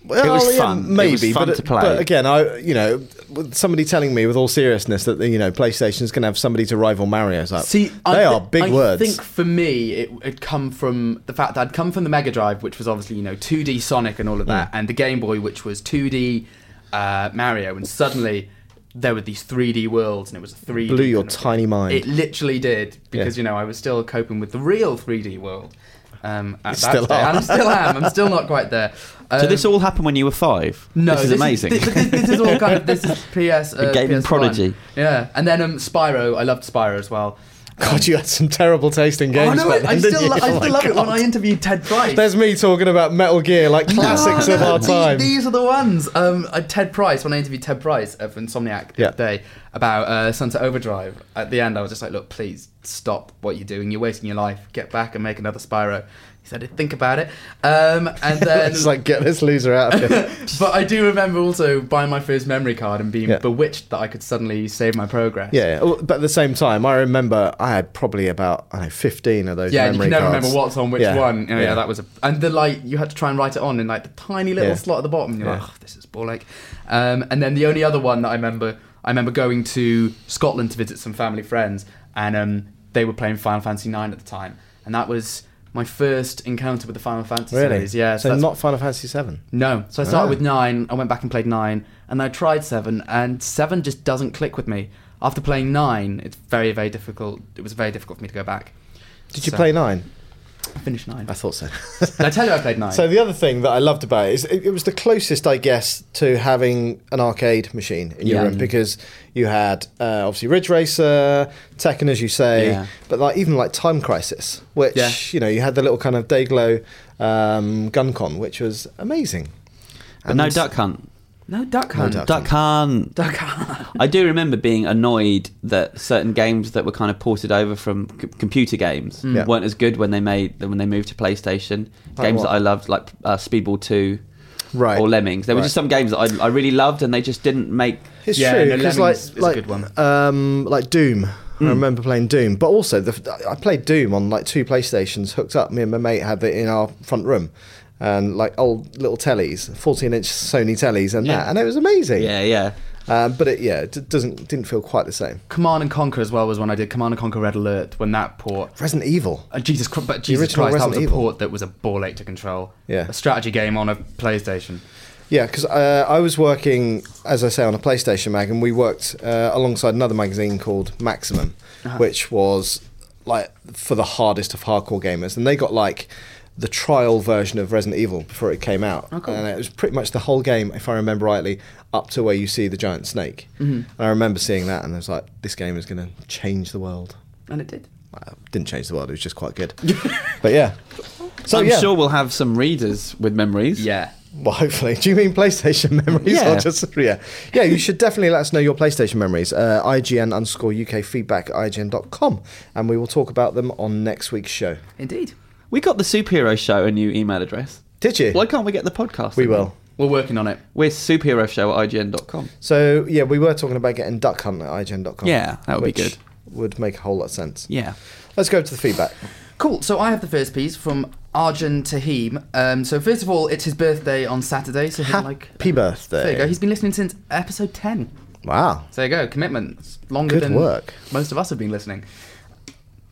Well,
was fun. It was
maybe,
fun
but,
to play.
but again, I you know, with somebody telling me with all seriousness that you know PlayStation's going to have somebody to rival Mario's up.
See,
they
I
are
thi-
big
I
words.
think for me, it had come from the fact that I'd come from the Mega Drive, which was obviously you know 2D Sonic and all of that,
Mm.
and the Game Boy, which was 2D uh, Mario, and suddenly there were these 3D worlds, and it was a 3D.
Blew your
kind of-
tiny mind.
It literally did because
Yeah.
you know I was still coping with the real 3D world. Um, at
You
that
still
stage.
are.
And I still am. I'm still not quite there.
So
Um,
this all happened when you were five.
no,
this is amazing.
Is, thi- thi- this, is all kind of this
[laughs]
is PS. Uh,
game
PS1.
prodigy.
Yeah, and then um, Spyro. I loved Spyro as well.
[laughs] God, you had some terrible taste in games.
Oh no!
back
I, I
then, didn't
still,
you?
lo- I
Oh
still
my
love it when
God.
I interviewed Ted Price. [laughs]
There's me talking about Metal Gear, like classics of
No,
our
the-
time.
[laughs] These are the ones. Um, uh, Ted Price. When I interviewed Ted Price of Insomniac the
Yeah.
other day about uh, Sunset Overdrive, at the end I was just like, "Look, please stop what you're doing. You're wasting your life. Get back and make another Spyro." He said, "Think about it." Um,
[laughs]
and
[laughs]
then
it's like get this loser out of
[laughs]
here.
but I do remember also buying my first memory card and being
Yeah.
bewitched that I could suddenly save my progress.
yeah, yeah. but at the same time, I remember I had probably about I don't know 15 of those.
Yeah, and you
memory
can never
cards.
remember what's on which
Yeah,
one. Oh, yeah,
yeah.
that was a, and the like you had to try and write it on in like the tiny little
Yeah.
slot at the bottom. And you're
Yeah.
like, oh, this is bollock. Um, and then the only other one that I remember, I remember going to Scotland to visit some family friends, and um, they were playing Final Fantasy IX at the time, and that was my first encounter with the Final Fantasy
Really?
series. Yeah,
So,
that's-
not Final Fantasy Seven.
no. So I started
Ah.
with nine. I went back and played nine, and I tried seven, and seven just doesn't click with me. After playing nine, it's very, very difficult. It was very difficult for me to go back.
Did you
So-
play nine?
I finished nine.
I thought so.
Did I tell you I played nine?
So the other thing that I loved about it is it, it was the closest, I guess, to having an arcade machine in
Yeah.
your room
Mm.
because you had uh, obviously Ridge Racer, Tekken, as you say,
Yeah.
but like even like Time Crisis, which
Yeah.
you know you had the little kind of Dayglow um, gun con, which was amazing.
But no duck hunt.
no, Duck Hunt.
Duck
Duck hunt.
Duck Hunt.
I do remember being annoyed that certain games that were kind of ported over from c- computer games
Hmm. Yeah.
weren't as good when they made when they moved to PlayStation.
Like
games
what?
that I loved, like uh, Speedball Two,
Right.
or Lemmings. There were
Right.
just some games that I, I really loved, and they just didn't make.
It's
Yeah,
true
no,
because
Lemmings
like
is a
like
good one. Hmm.
um like Doom. I remember playing Doom, but also the, f- I played Doom on like two PlayStations hooked up. Me and my mate had it in our front room, and like old little tellies, fourteen-inch Sony tellies, and that,
Yeah.
and it was amazing.
Yeah, yeah.
Um, but it yeah, it d- doesn't didn't feel quite the same.
Command and Conquer as well was when I did Command and Conquer Red Alert when that port.
Resident Evil.
Uh, Jesus Christ, but Jesus
original
Christ, that
Resident
was a
Evil.
port that was a ball ache to control.
Yeah.
A strategy game on a PlayStation.
Yeah, because uh, I was working, as I say, on a PlayStation mag, and we worked uh, alongside another magazine called Maximum, which was like for the hardest of hardcore gamers, and they got like the trial version of Resident Evil before it came out, and it was pretty much the whole game, if I remember rightly, up to where you see the giant snake. And I remember seeing that, and I was like, "This game is going to change the world."
And it did.
Well, it didn't change the world; it was just quite good. but yeah, so
I'm
yeah,
sure we'll have some readers with memories.
Yeah.
well, hopefully. Do you mean PlayStation [laughs] memories
Yeah.
or just yeah? Yeah, you should definitely let us know your PlayStation memories. Uh, IGN underscore UK feedback at IGN.com. And we will talk about them on next week's show.
Indeed.
We got the superhero show a new email address.
Did you?
Why can't we get the podcast?
we
in?
will.
We're working on it.
We're superhero show at ign.com.
So yeah, we were talking about getting Duck Hunt at IGN.com.
Yeah, that would be
which
good.
would make a whole lot of sense.
Yeah.
Let's go to the feedback.
Cool. So I have the first piece from Arjun Tahim. Um, so first of all, it's his birthday on Saturday. So he'd like uh,
Happy birthday.
there you go. He's been listening since episode ten.
Wow.
So there you go. Commitment. It's Longer
Good
than
work.
most of us have been listening.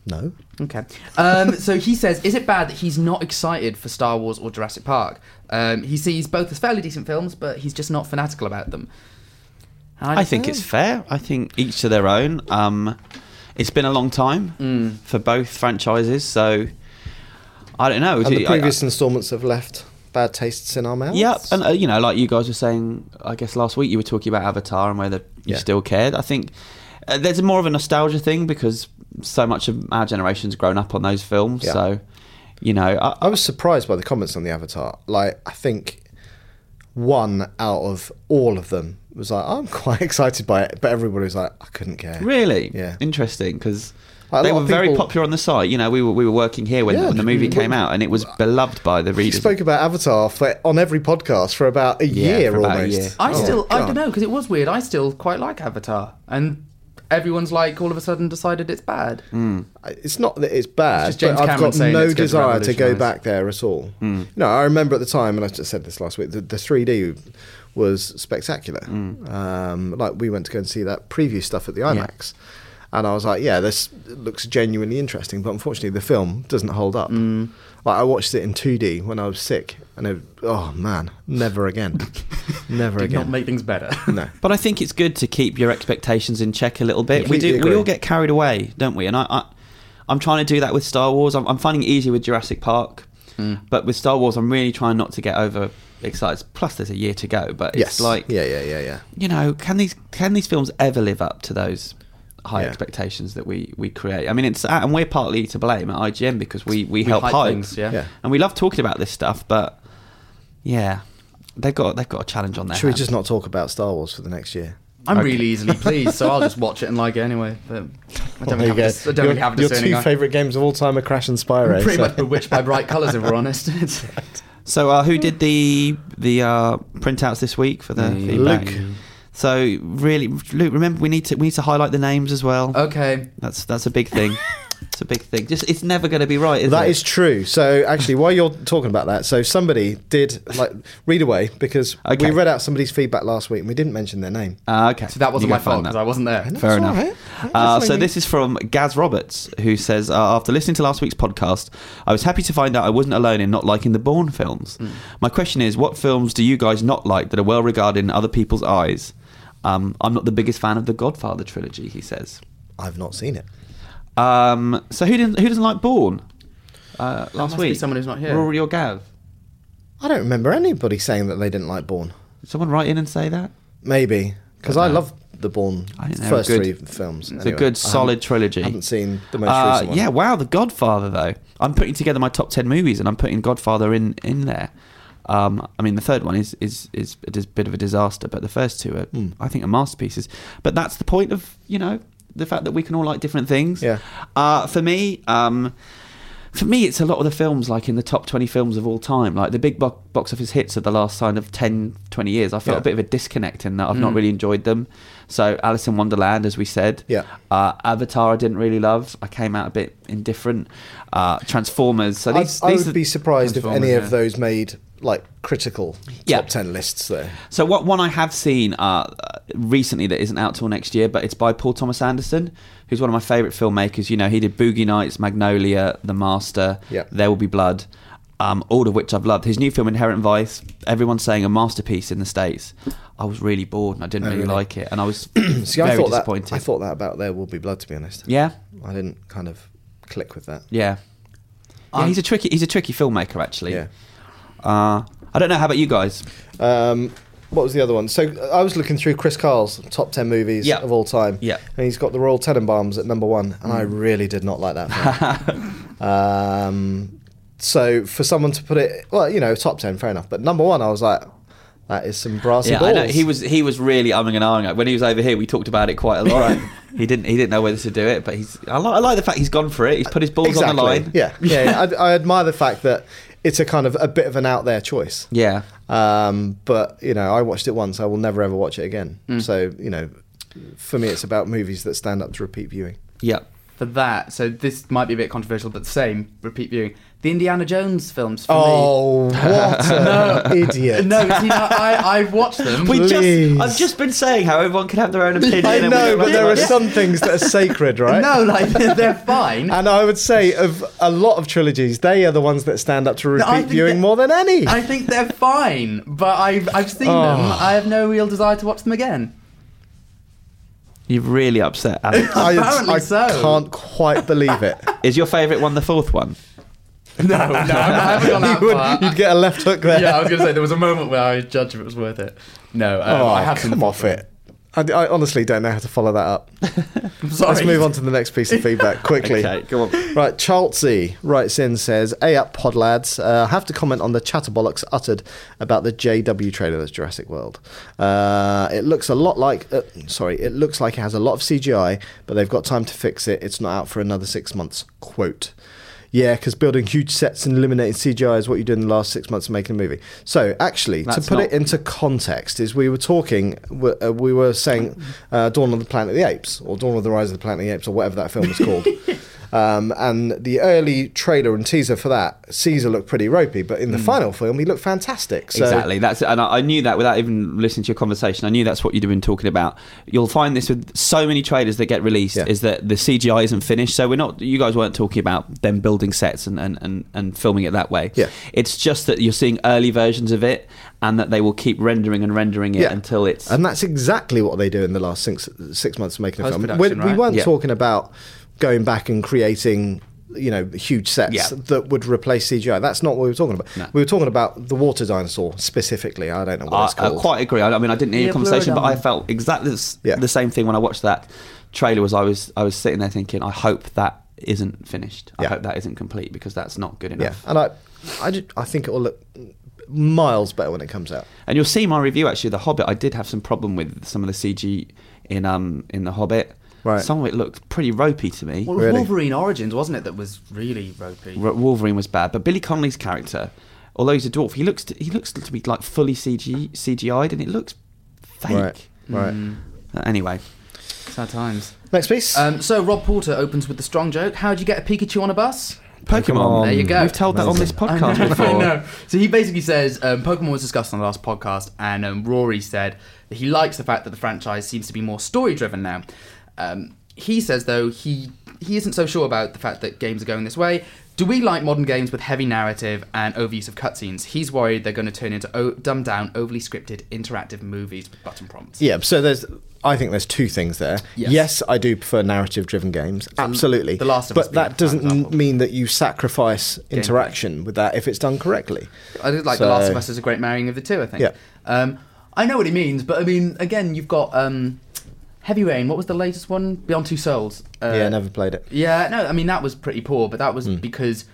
No.
Okay. Um, so he says, is it bad that he's not excited for Star Wars or Jurassic Park? Um, he sees both as fairly decent films, but he's just not fanatical about them. And
I think it's fair. I think each to their own. Um, it's been a long time for both franchises, so I don't know.
And the
I- I-
previous installments have left bad tastes in our mouths.
Yep, uh, and uh, you know, like you guys were saying, I guess last week you were talking about Avatar and whether you
Yeah.
still cared. I think uh, there's more of a nostalgia thing because so much of our generation's grown up on those films.
Yeah.
So, you know, I,
I was surprised by the comments on the Avatar. Like, I think one out of all of them was like, I'm [laughs] quite excited by it, but everybody was like, I couldn't care.
really,
Yeah.
interesting because
A
they
lot
were
of
very
people-
popular on the site. You know, we were we were working here when,
Yeah,
when the movie
we-
came out, and it was beloved by the
We
readers.
spoke about Avatar for, on every podcast for about a
Yeah,
year
for about a
almost.
year.
I
Oh,
still, I
God.
don't know, because it was weird. I still quite like Avatar, and everyone's like all of a sudden decided it's bad.
It's not that it's bad,
It's just James
but I've
Cameron
got
saying
no
it's going to
desire to go
revolutionise.
back there at all.
Hmm.
No, I remember at the time, and I just said this last week, the, the 3D was spectacular.
Hmm.
Um, like, we went to go and see that preview stuff at the IMAX. And I was like, yeah, this looks genuinely interesting, but unfortunately, the film doesn't hold up.
Hmm.
Like, I watched it in 2D when I was sick, and it, oh man, never
[laughs]
again. never
Did not
again.
make things better.
no.
But I think it's good to keep your expectations in check a little bit. we
Completely
do. We
agree.
all get carried away, don't we? And I, I I'm trying to do that with Star Wars. I'm, I'm finding it easier with Jurassic Park,
Mm.
but with Star Wars, I'm really trying not to get over excited. Plus, there's a year to go. But it's
Yes.
like,
yeah, yeah, yeah, yeah.
you know, can these can these films ever live up to those high
Yeah.
expectations that we we create? I mean, it's and we're partly to blame at IGN because we we, help
hype
hype
things, yeah.
Yeah.
and we love talking about this stuff. But yeah, they've got they've got a challenge on their.
Should we
Uh-huh.
hands.
just not talk about Star Wars for the next year?
I'm
Okay.
really easily pleased, so I'll just watch it and like it anyway. But I don't, really have, a, dis- I don't
your,
really have a
your
discerning
two
eye.
favourite games of all time are Crash and Spyro.
I'm pretty
so-
much bewitched by bright colours, if we're honest. It's-
So, uh, who did the the uh, printouts this week for the
Me.
feedback?
Luke.
So, really, Luke. Remember, we need to we need to highlight the names as well.
okay.
That's that's a
[laughs]
big thing. it's a big thing. Just it's never going to be right. Is
That
it?
is true. So actually, while you're talking about that, so somebody did like read away because
Okay.
we read out somebody's feedback last week and we didn't mention their name.
Uh, okay.
So that wasn't
You
my
can find
fault
that.
because I wasn't there.
That's
Fair
all
enough.
right.
Uh,
That's
so
fine.
this is from Gaz Roberts, who says, uh, after listening to last week's podcast, I was happy to find out I wasn't alone in not liking the Bourne films.
Mm.
My question is, what films do you guys not like that are well regarded in other people's eyes? Um, I'm not the biggest fan of the Godfather trilogy, he says.
I've not seen it.
Um, so who didn't who doesn't like Bourne? Uh, last
must be
week,
someone who's not here.
Rory or Gav?
I don't remember anybody saying that they didn't like Bourne.
Did someone write in and say that?
Maybe because I
Don't know.
love the Bourne
I think they're
first
good.
three films.
It's a good, solid trilogy.
I haven't seen the most
Uh,
recent one.
Yeah, wow, The Godfather though. I'm putting together my top ten movies, and I'm putting Godfather in in there. Um, I mean, the third one is is is a dis- bit of a disaster, but the first two are,
Hmm.
I think, are masterpieces. But that's the point of you know the fact that we can all like different things.
Yeah.
Uh, for me, um, for me, it's a lot of the films like in the top 20 films of all time, like the big bo- box office hits of the last kind of 10, 20 years. I felt
Yeah. Hmm.
a bit of a disconnect in that I've not really enjoyed them. So, Alice in Wonderland, as we said.
Yeah.
Uh, Avatar, I didn't really love. I came out a bit indifferent. Uh, Transformers. So
I'd-
these,
I
these
would
are-
be surprised if
Transformers,
any
yeah.
of those made like critical
Yeah.
top ten lists. There,
So what one I have seen uh, recently that isn't out till next year, but it's by Paul Thomas Anderson, who's one of my favourite filmmakers. You know, he did Boogie Nights, Magnolia, The Master,
Yeah.
There Will Be Blood, um, all of which I've loved. His new film Inherent Vice, everyone's saying a masterpiece in the states. I was really bored and I didn't really,
Oh, really?
like it, and I was
[clears throat] see,
very
I thought
disappointed.
that I thought that about There Will Be Blood. To be honest,
yeah,
I didn't kind of click with that.
yeah, yeah.
Um,
He's a tricky, he's a tricky filmmaker actually.
Yeah.
Uh, I don't know. How about you guys?
Um, what was the other one? So uh, I was looking through Chris Carl's top ten movies
Yeah.
of all time.
Yeah. Mm.
and he's got the Royal Tenenbaums at number one, and I really did not like that.
[laughs]
Film. um, so for someone to put it, well, you know, top ten, fair enough, but number one, I was like, that is some brassy
Yeah,
balls.
I know. He was he was really umming and ahhing. When he was over here, we talked about it quite a lot. he didn't he didn't know whether to do it, but he's I like, I like the fact he's gone for it. He's put his balls on
exactly.
the line.
Yeah, yeah. yeah. I, I admire the fact that it's a kind of a bit of an out there choice.
yeah.
Um, but you know, I watched it once. I will never ever watch it again. So you know, for me, it's about movies that stand up to repeat viewing.
Yeah.
for that. So this might be a bit controversial, but the same repeat viewing the Indiana Jones films. For
Oh, what [laughs] an
me.
idiot!
no, see, now I I've watched them.
We
Please.
just I've just been saying how everyone can have their own opinion.
I
and we
know,
don't
but
like
there
it.
are some things that are sacred, right?
[laughs]
[laughs]
no, like [laughs] they're fine.
And I would say of a lot of trilogies, they are the ones that stand up to repeat
I think
viewing
that-
more than any.
I think they're fine, but I've I've seen them.
Oh.
I have no real desire to watch
[laughs]
them again.
You've really upset Alex.
I,
apparently
I
so.
can't quite believe
[laughs]
it.
Is your favourite one the fourth one?
No, no, I haven't gone
[laughs]
that
you would,
far.
you'd get a left hook there.
[laughs] yeah, I was gonna say there was a moment where I would judge if it was worth it. No, um,
oh,
I have
come
[laughs]
off it. I, I honestly don't know how to follow that up.
Sorry.
Let's move on to the next piece of
[laughs]
feedback quickly.
Okay, go on.
Right, Charlesy writes in says, "Hey up, pod lads. Uh, have to comment on the chatter bollocks uttered about the JW trailer that's Jurassic World. Uh, it looks a lot like, uh, sorry, it looks like it has a lot of CGI, but they've got time to fix it. It's not out for another six months." Quote. Yeah, because building huge sets and eliminating CGI is what you did in the last six months of making a movie. So, actually,
That's
to put
not-
it into context, is we were talking, we- uh, we were saying uh, Dawn of the Planet of the Apes, or Dawn of the Rise of the Planet of the Apes, or whatever that film was called.
[laughs]
Um, and the early trailer and teaser for that, Caesar looked pretty ropey, but in the final film, he looked fantastic. So,
Mm. exactly. That's and I, I knew that without even listening to your conversation. I knew that's what you'd have been talking about. You'll find this with so many trailers that get released
Yeah.
is that the CGI isn't finished. So we're not. You guys weren't talking about them building sets and and, and, and filming it that way.
Yeah.
It's just that you're seeing early versions of it, and that they will keep rendering and rendering it
Yeah.
until it's.
And that's exactly what they do in the last six six months of making a film. We,
Post-production,
we
right?
weren't
Yeah.
talking about going back and creating, you know, huge sets
Yeah.
that would replace CGI. That's not what we were talking about.
No. Uh,
We were talking about the water dinosaur specifically. I don't know what
I,
it's called.
I quite agree. I, I mean, I didn't hear
Yeah,
your conversation, but
Pleurodon.
I felt exactly the, s-
Yeah.
the same thing when I watched that trailer. Was I was I was sitting there thinking, I hope that isn't finished. I
Yeah.
hope that isn't complete because that's not good
yeah,
enough.
and I, I, ju- I think it will look miles better when it comes out.
And you'll see my review actually. of The Hobbit. I did have some problem with some of the CG in um in the Hobbit.
Right.
Some of it looked pretty ropey to me.
Well, it was
Really?
Wolverine Origins, wasn't it? That was really ropey.
Ro- Wolverine was bad, but Billy Connolly's character, although he's a dwarf, he looks to, he looks to be like fully CG CGI'd, and it looks fake.
Right, right.
Uh, Anyway,
Sad times.
Next piece.
Hmm. Um, so Rob Porter opens with the strong joke. How'd you get a Pikachu on a bus?
Pokemon.
There you go.
We've told that on
[laughs]
this
I
podcast
know, I
before.
know. So he basically says um, Pokemon was discussed on the last podcast, and um, Rory said that he likes the fact that the franchise seems to be more story driven now. Um, he says though he he isn't so sure about the fact that games are going this way. Do we like modern games with heavy narrative and overuse of cutscenes? He's worried they're going to turn into o- dumbed down, overly scripted, interactive movies with button prompts.
yeah, so there's. I think there's two things there.
Yes. Um,
Yes, I do prefer narrative-driven games. Absolutely,
The Last of Us
but
being a
that
prime example.
doesn't mean that you sacrifice interaction with that if it's done correctly.
I did like The Last of
So-
Us is a great marrying of the two. I think.
Yeah.
Um, I know what he means, but I mean, again, you've got um, Heavy Rain. What was the latest one? Beyond Two Souls. Uh,
yeah, never played it.
Yeah, no, I mean that was pretty poor, but that was because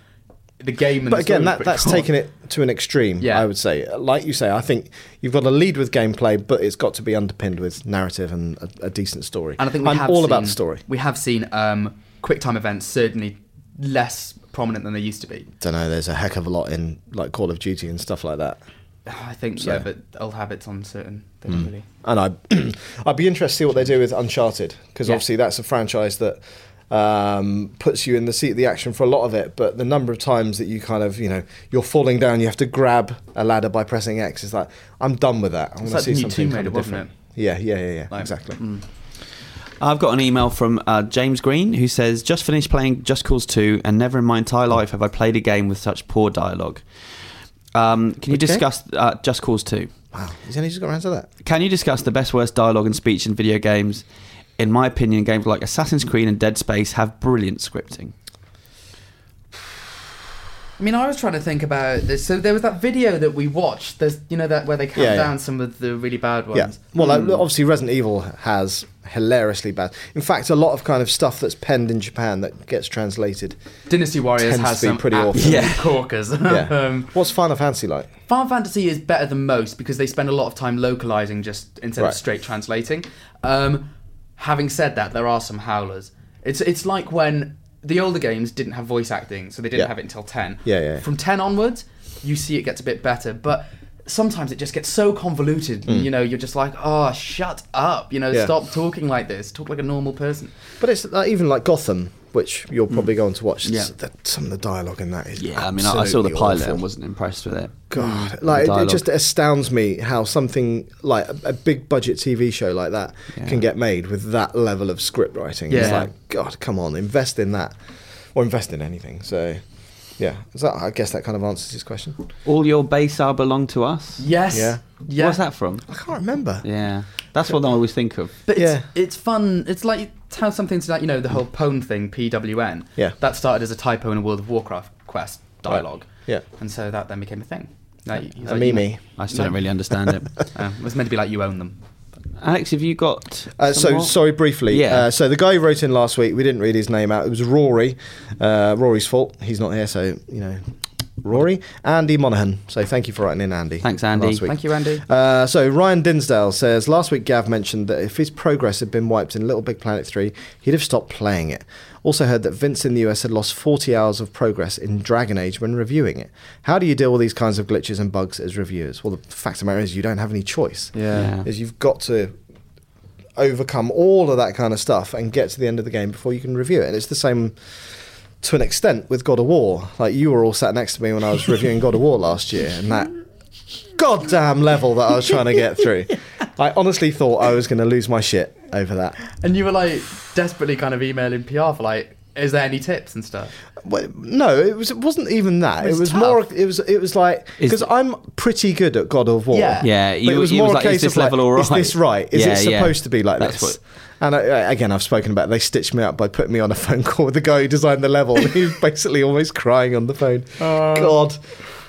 the game. And
But
the
again,
story was
that,
pretty
that's
poor.
taken it to an extreme.
Yeah.
I would say, like you say, I think you've got to lead with gameplay, but it's got to be underpinned with narrative and a, a decent story.
And I think we
I'm
have
all
seen,
about the story.
We have seen um, quick time events certainly less prominent than they used to be.
Don't know. There's a heck of a lot in like Call of Duty and stuff like that.
I think yeah, but old habits on certain. They
Hmm.
don't really.
And I, [clears throat] I'd be interested to see what they do with Uncharted because
Yeah.
obviously that's a franchise that um, puts you in the seat of the action for a lot of it. But the number of times that you kind of, you know, you're falling down, you have to grab a ladder by pressing X. It's like I'm done with that. I want to
like the
see
new
something
Tomb
kind
Raider,
of
wasn't mm.
different. Yeah, yeah, yeah, yeah. exactly.
I've got an email from uh, James Green who says, Just finished playing Just Cause 2, and never in my entire life have I played a game with such poor dialogue. Um, can you
Which game?
discuss uh, Just Cause 2?
Wow, he's only just got around to that.
Can you discuss the best worst dialogue and speech in video games? In my opinion, games like Assassin's Creed and Dead Space have brilliant scripting.
I mean, I was trying to think about this. So there was that video that we watched. There's, you know, that where they cut
Yeah, yeah.
down some of the really bad ones.
Yeah. Well,
Mm.
like, obviously, Resident Evil has hilariously bad. In fact, a lot of kind of stuff that's penned in Japan that gets translated.
Dynasty Warriors
Tends
has
to be
some
pretty awful.
absolute
Yeah.
corkers.
[laughs]
[laughs]
Yeah.
um,
What's Final Fantasy like?
[laughs] Final Fantasy is better than most because they spend a lot of time localizing just instead
Right.
of straight translating. Um, having said that, there are some howlers. It's it's like when the older games didn't have voice acting, so they didn't
Yeah.
have it until ten.
Yeah, yeah, yeah.
From ten onwards, you see it gets a bit better, but sometimes it just gets so convoluted. You know, you're just like, oh, shut up. You know,
Mm. Yeah.
stop talking like this. Talk like a normal person.
But it's like, even like Gotham, which you'll probably go on to watch.
Mm. Yeah.
The, some of the dialogue in that is
Yeah, I mean, I, I saw the
absolutely
pilot
awful.
and wasn't impressed with it.
God,
The
like it- it,
dialogue.
just astounds me how something like a, a big budget TV show like that
Yeah.
can get made with that level of script writing. It's
Yeah.
like, God, come on, invest in that, or invest in anything. So, yeah, so I guess that kind of answers his question.
All your base are belong to us.
Yes.
Yeah.
Yeah.
What's that from?
I can't remember.
Yeah, that's what I always think of.
But it's,
Yeah.
it's fun. It's like it's how some things like you know the whole pwn thing, PWN.
Yeah.
That started as a typo in a World of Warcraft quest dialogue.
Yeah.
And so that then became a thing. Like, he's
A
like, you know-
meme.
I still
[laughs]
don't really understand it.
Uh, it was meant to be like you own them.
Alex, have you got?
Uh, so
somewhat?
sorry, briefly.
Yeah.
Uh, so the guy who wrote in last week, we didn't read his name out. It was Rory. Uh, Rory's fault. He's not here, so you know, Rory. Andy Monaghan. So thank you for writing in, Andy.
Thanks, Andy.
Last week.
Thank you, Andy.
Uh, so Ryan Dinsdale says last week Gav mentioned that if his progress had been wiped in Little Big Planet 3, he'd have stopped playing it. Also heard that Vince in the US had lost 40 hours of progress in Dragon Age when reviewing it. How do you deal with these kinds of glitches and bugs as reviewers? Well, the fact of the matter is you don't have any choice.
Yeah.
Is you've got to overcome all of that kind of stuff and get to the end of the game before you can review it. And it's the same to an extent with God of War. Like you were all sat next to me when I was reviewing God of War last year, and that goddamn level that I was trying to get through. I honestly thought I was going to lose my shit over that.
And you were like desperately kind of emailing PR for like, is there any tips and stuff?
Well, no, it was it wasn't even that. It
was
was,
tough.
more. It was it was like
Is-
because I'm pretty good at God of War.
Yeah.
Yeah,
But
you-
it was
you
more
was
a
like, is
case
this
of like,
level all right?
Is this right? Is it
Yeah, yeah.
supposed to be like
That's
this?
what-
And I, I- again, I've spoken about. They stitched me up by putting me on a phone call with the guy who designed the level. [laughs] and he was basically almost crying on the phone. God.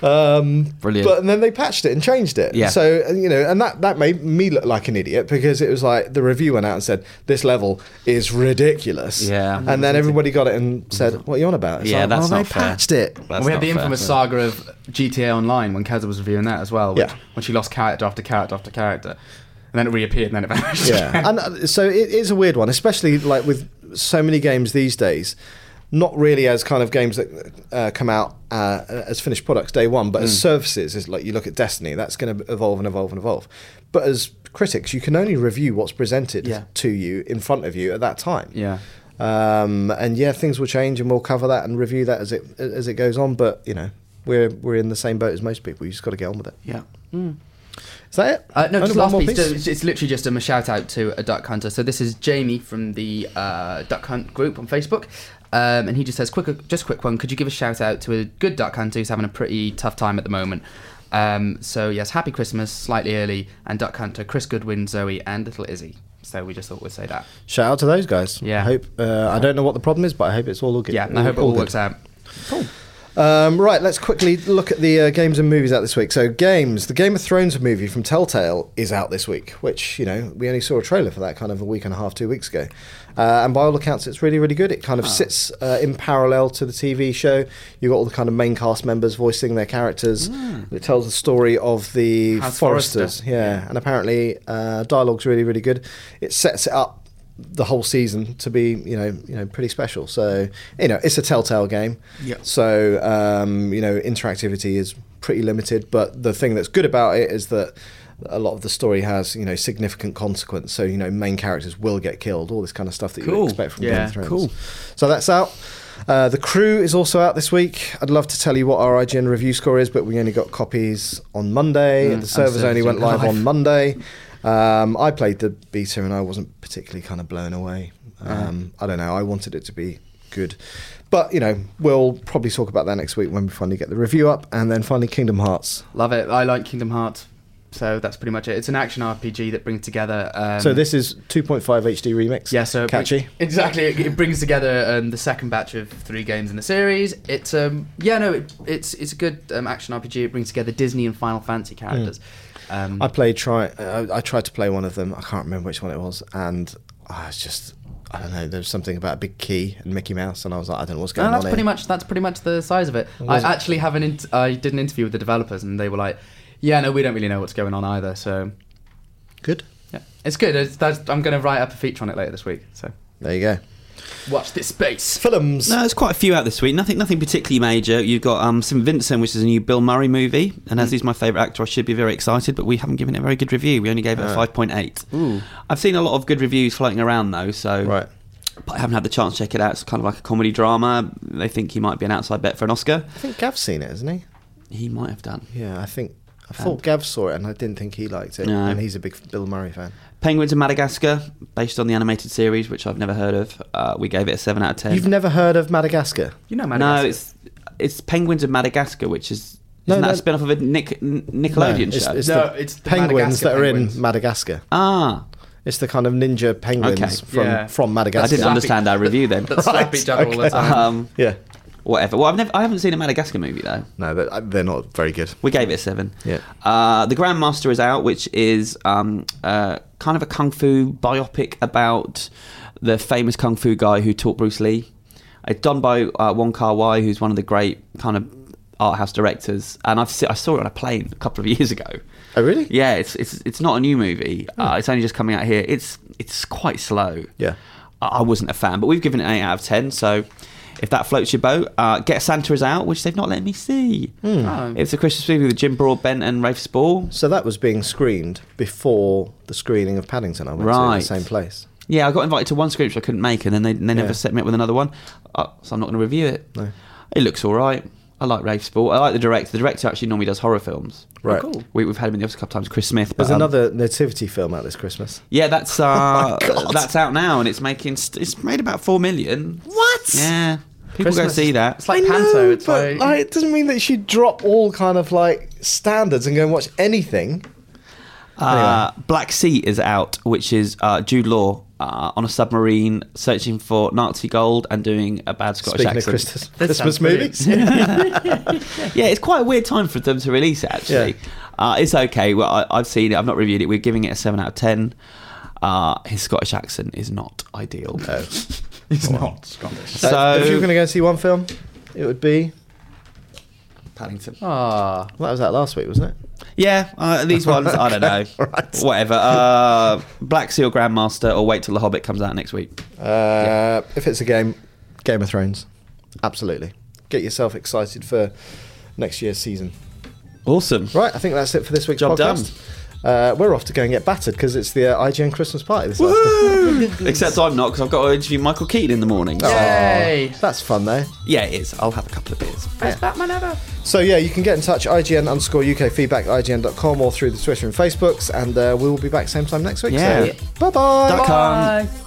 Um,
Brilliant.
But and then they patched it and changed it.
Yeah.
So and, you know, and that that made me look like an idiot because it was like the review went out and said this level is ridiculous.
Yeah. Mm-hmm.
And
Mm-hmm.
then everybody got it and said, "What are you on about?" It's
Yeah,
like,
that's
well,
not
they
fair.
patched it.
That's
we had
not
the
fair.
infamous saga of GTA Online when Keza was reviewing that as well, which,
Yeah.
when she lost character after character after character, and then it reappeared and then it [laughs] vanished.
yeah, [laughs] and uh, so it is a weird one, especially like with so many games these days. Not really as kind of games that uh, come out uh, as finished products day one, but
Mm.
as services. Is like you look at Destiny, that's going to evolve and evolve and evolve. But as critics, you can only review what's presented
Yeah.
to you in front of you at that time.
yeah.
Um, and yeah, things will change, and we'll cover that and review that as it as it goes on. But you know, we're we're in the same boat as most people. You just got to get on with it.
Yeah.
Is that it?
Uh, no,
Only
just
one
last
more
piece. So It's, it's literally just um, a shout out to a duck hunter. So this is Jamie from the uh, duck hunt group on Facebook, um, and he just says, "Quick, just a quick one. Could you give a shout out to a good duck hunter who's having a pretty tough time at the moment?" Um, so yes, happy Christmas, slightly early, and duck hunter Chris Goodwin, Zoe, and little Izzy. So we just thought we'd say that.
Shout out to those guys.
Yeah.
I hope uh, I don't know what the problem is, but I hope it's all good.
Yeah, and I hope it all
good.
works out.
Um, right, let's quickly look at the uh, games and movies out this week. So, games. The Game of Thrones movie from Telltale is out this week, which you know we only saw a trailer for that kind of a week and a half, two weeks ago. Uh, and by all accounts, it's really, really good. It
Ah.
kind of sits uh, in parallel to the TV show. You've got all the kind of main cast members voicing their characters. It tells the story of the
House Hmm. Forrester.
Foresters. Yeah. and apparently uh, dialogue's really, really good. It sets it up the whole season to be you know you know pretty special. So you know it's a Telltale game.
Yeah.
So um, you know interactivity is pretty limited, but the thing that's good about it is that a lot of the story has you know significant consequence. So you know main characters will get killed, all this kind of stuff that you
Cool.
would expect from Game
Yeah,
of Thrones.
cool.
So that's out. Uh, the crew is also out this week. I'd love to tell you what our IGN review score is, but we only got copies on Monday. the servers
servers
only went
went
live
Mm, live.
on Monday. Um, I played the beta and I wasn't particularly kind of blown away.
Uh-huh.
Um, I don't know. I wanted it to be good. But, you know, we'll probably talk about that next week when we finally get the review up. And then finally, Kingdom Hearts.
Love it. I like Kingdom Hearts. So that's pretty much it. It's an action RPG that brings together. Um,
so this is 2.5 HD remix.
Yeah, so it bring-
catchy.
exactly, it, it brings together um, the second batch of three games in the series. It's um, yeah, no, it, it's it's a good um, action RPG. It brings together Disney and Final Fantasy characters. Um,
Hmm. I played try. Uh, I tried to play one of them. I can't remember which one it was, and I was just I don't know. There was something about a big key and Mickey Mouse, and I was like, I don't know what's going
and
on.
that's pretty
here.
much that's pretty much the size of it. I
was it?
actually have an int- I did an interview with the developers, and they were like, "Yeah, no, we don't really know what's going on either." So
good.
yeah, it's good. It's, that's, I'm going to write up a feature on it later this week. So
There you go.
Watch this space.
Films.
No, there's quite a few out this week. Nothing, nothing particularly major. You've got um, St Vincent, which is a new Bill Murray movie,
Hmm.
and as he's my favourite actor, I should be very excited. But we haven't given it a very good review. We only gave it a
Ah.
five point eight.
Ooh.
I've seen a lot of good reviews floating around though, so
Right.
But I haven't had the chance to check it out. It's kind of like a comedy drama. They think he might be an outside bet for an Oscar.
I think Gav's seen it, hasn't he?
He might have done.
Yeah, I think I thought Gav saw it, and I didn't think he liked it.
No.
And he's a big Bill Murray fan.
Penguins of Madagascar, based on the animated series, which I've never heard of. Uh, we gave it a seven out of 10
You've never heard of Madagascar?
You know,
no,
Madagascar.
it's it's Penguins of Madagascar, which is
No,
isn't that
no.
a spin off of a Nick, N- Nickelodeon
it's-
show?
it's
No,
the
it's the
penguins
Madagascar
that are
penguins.
in Madagascar.
ah,
It's the kind of ninja penguins
Okay.
from
Yeah.
from Madagascar.
I didn't
Slappy-
understand our review then.
That slap each other all the
okay.
time.
[laughs] um,
Yeah.
whatever. Well, I've never, I haven't seen a Madagascar movie though.
No, they're, uh, they're not very good.
We gave it a seven.
Yeah.
Uh, the Grandmaster is out, which is um, uh, kind of a kung fu biopic about the famous kung fu guy who taught Bruce Lee. It's done by uh, Wong Kar Wai, who's one of the great kind of art house directors. And I've se- I saw it on a plane a couple of [laughs] years ago.
Oh, really? Hmm.
Yeah, it's it's it's not a new movie. Uh, it's only just coming out here. It's it's quite slow.
Yeah.
I, I wasn't a fan, but we've given it an eight out of ten. So. If that floats your boat, uh, Get Santa is out, which they've not let me see.
Hmm.
Oh.
It's a Christmas movie with Jim Broadbent and Rafe Spall.
So that was being screened before the screening of Paddington. I went to in
Right.
the same place.
Yeah, I got invited to one screen which I couldn't make, and then they, they never
Yeah.
set me up with another one. Uh, so I'm not going to review it. No. It looks all right. I like Rafe Spall. I like the director. The director actually normally does horror films.
Right.
cool.
We, we've had him in the office a couple times. Chris Smith. but,
There's
um,
another nativity film out this Christmas.
Yeah,
[laughs]
that's uh,
God.
that's out now, and it's making st- it's made about four million.
What?
Yeah, people
Christmas.
go see that.
It's like Panto. It's
but
like,
like, it doesn't mean that you should drop all kind of like standards and go and watch anything.
Uh, Black Sea is out, which is uh, Jude Law uh, on a submarine searching for Nazi gold and doing a bad Scottish
Speaking of
accent.
Christmas,
That
Christmas
sounds brilliant.
movies,
yeah, it's quite a weird time for them to release it. Actually, uh, it's okay. Well, I, I've seen it. I've not reviewed it. We're giving it a seven out of ten. Uh, his Scottish accent is not ideal.
[laughs]
it's not Scottish.
So
Uh, if you were going to go and see one film, it would be
Paddington.
Ah,
well, that was that last week, wasn't it?
Yeah, uh,
[laughs]
these ones I don't know.
Right.
Whatever. Uh, Black Seal Grandmaster, or wait till The Hobbit comes out next week.
Uh, If it's a game, Game of Thrones, absolutely. Get yourself excited for next year's season.
Awesome.
Right, I think that's it for this week's
Job
podcast. Uh, we're off to go and get battered because it's the uh, IGN Christmas party this afternoon.
Woohoo! Except I'm not because I've got to interview Michael Keaton in the morning.
Aw,
Yay.
that's fun though.
Yeah, it is. I'll have a couple of beers.
best Batman ever.
So yeah, you can get in touch IGN underscore UK feedback IGN.com or through the Twitter and Facebooks, and uh, we will be back same time next week.
Yeah.
So, bye bye.
Duck hunt.
Bye.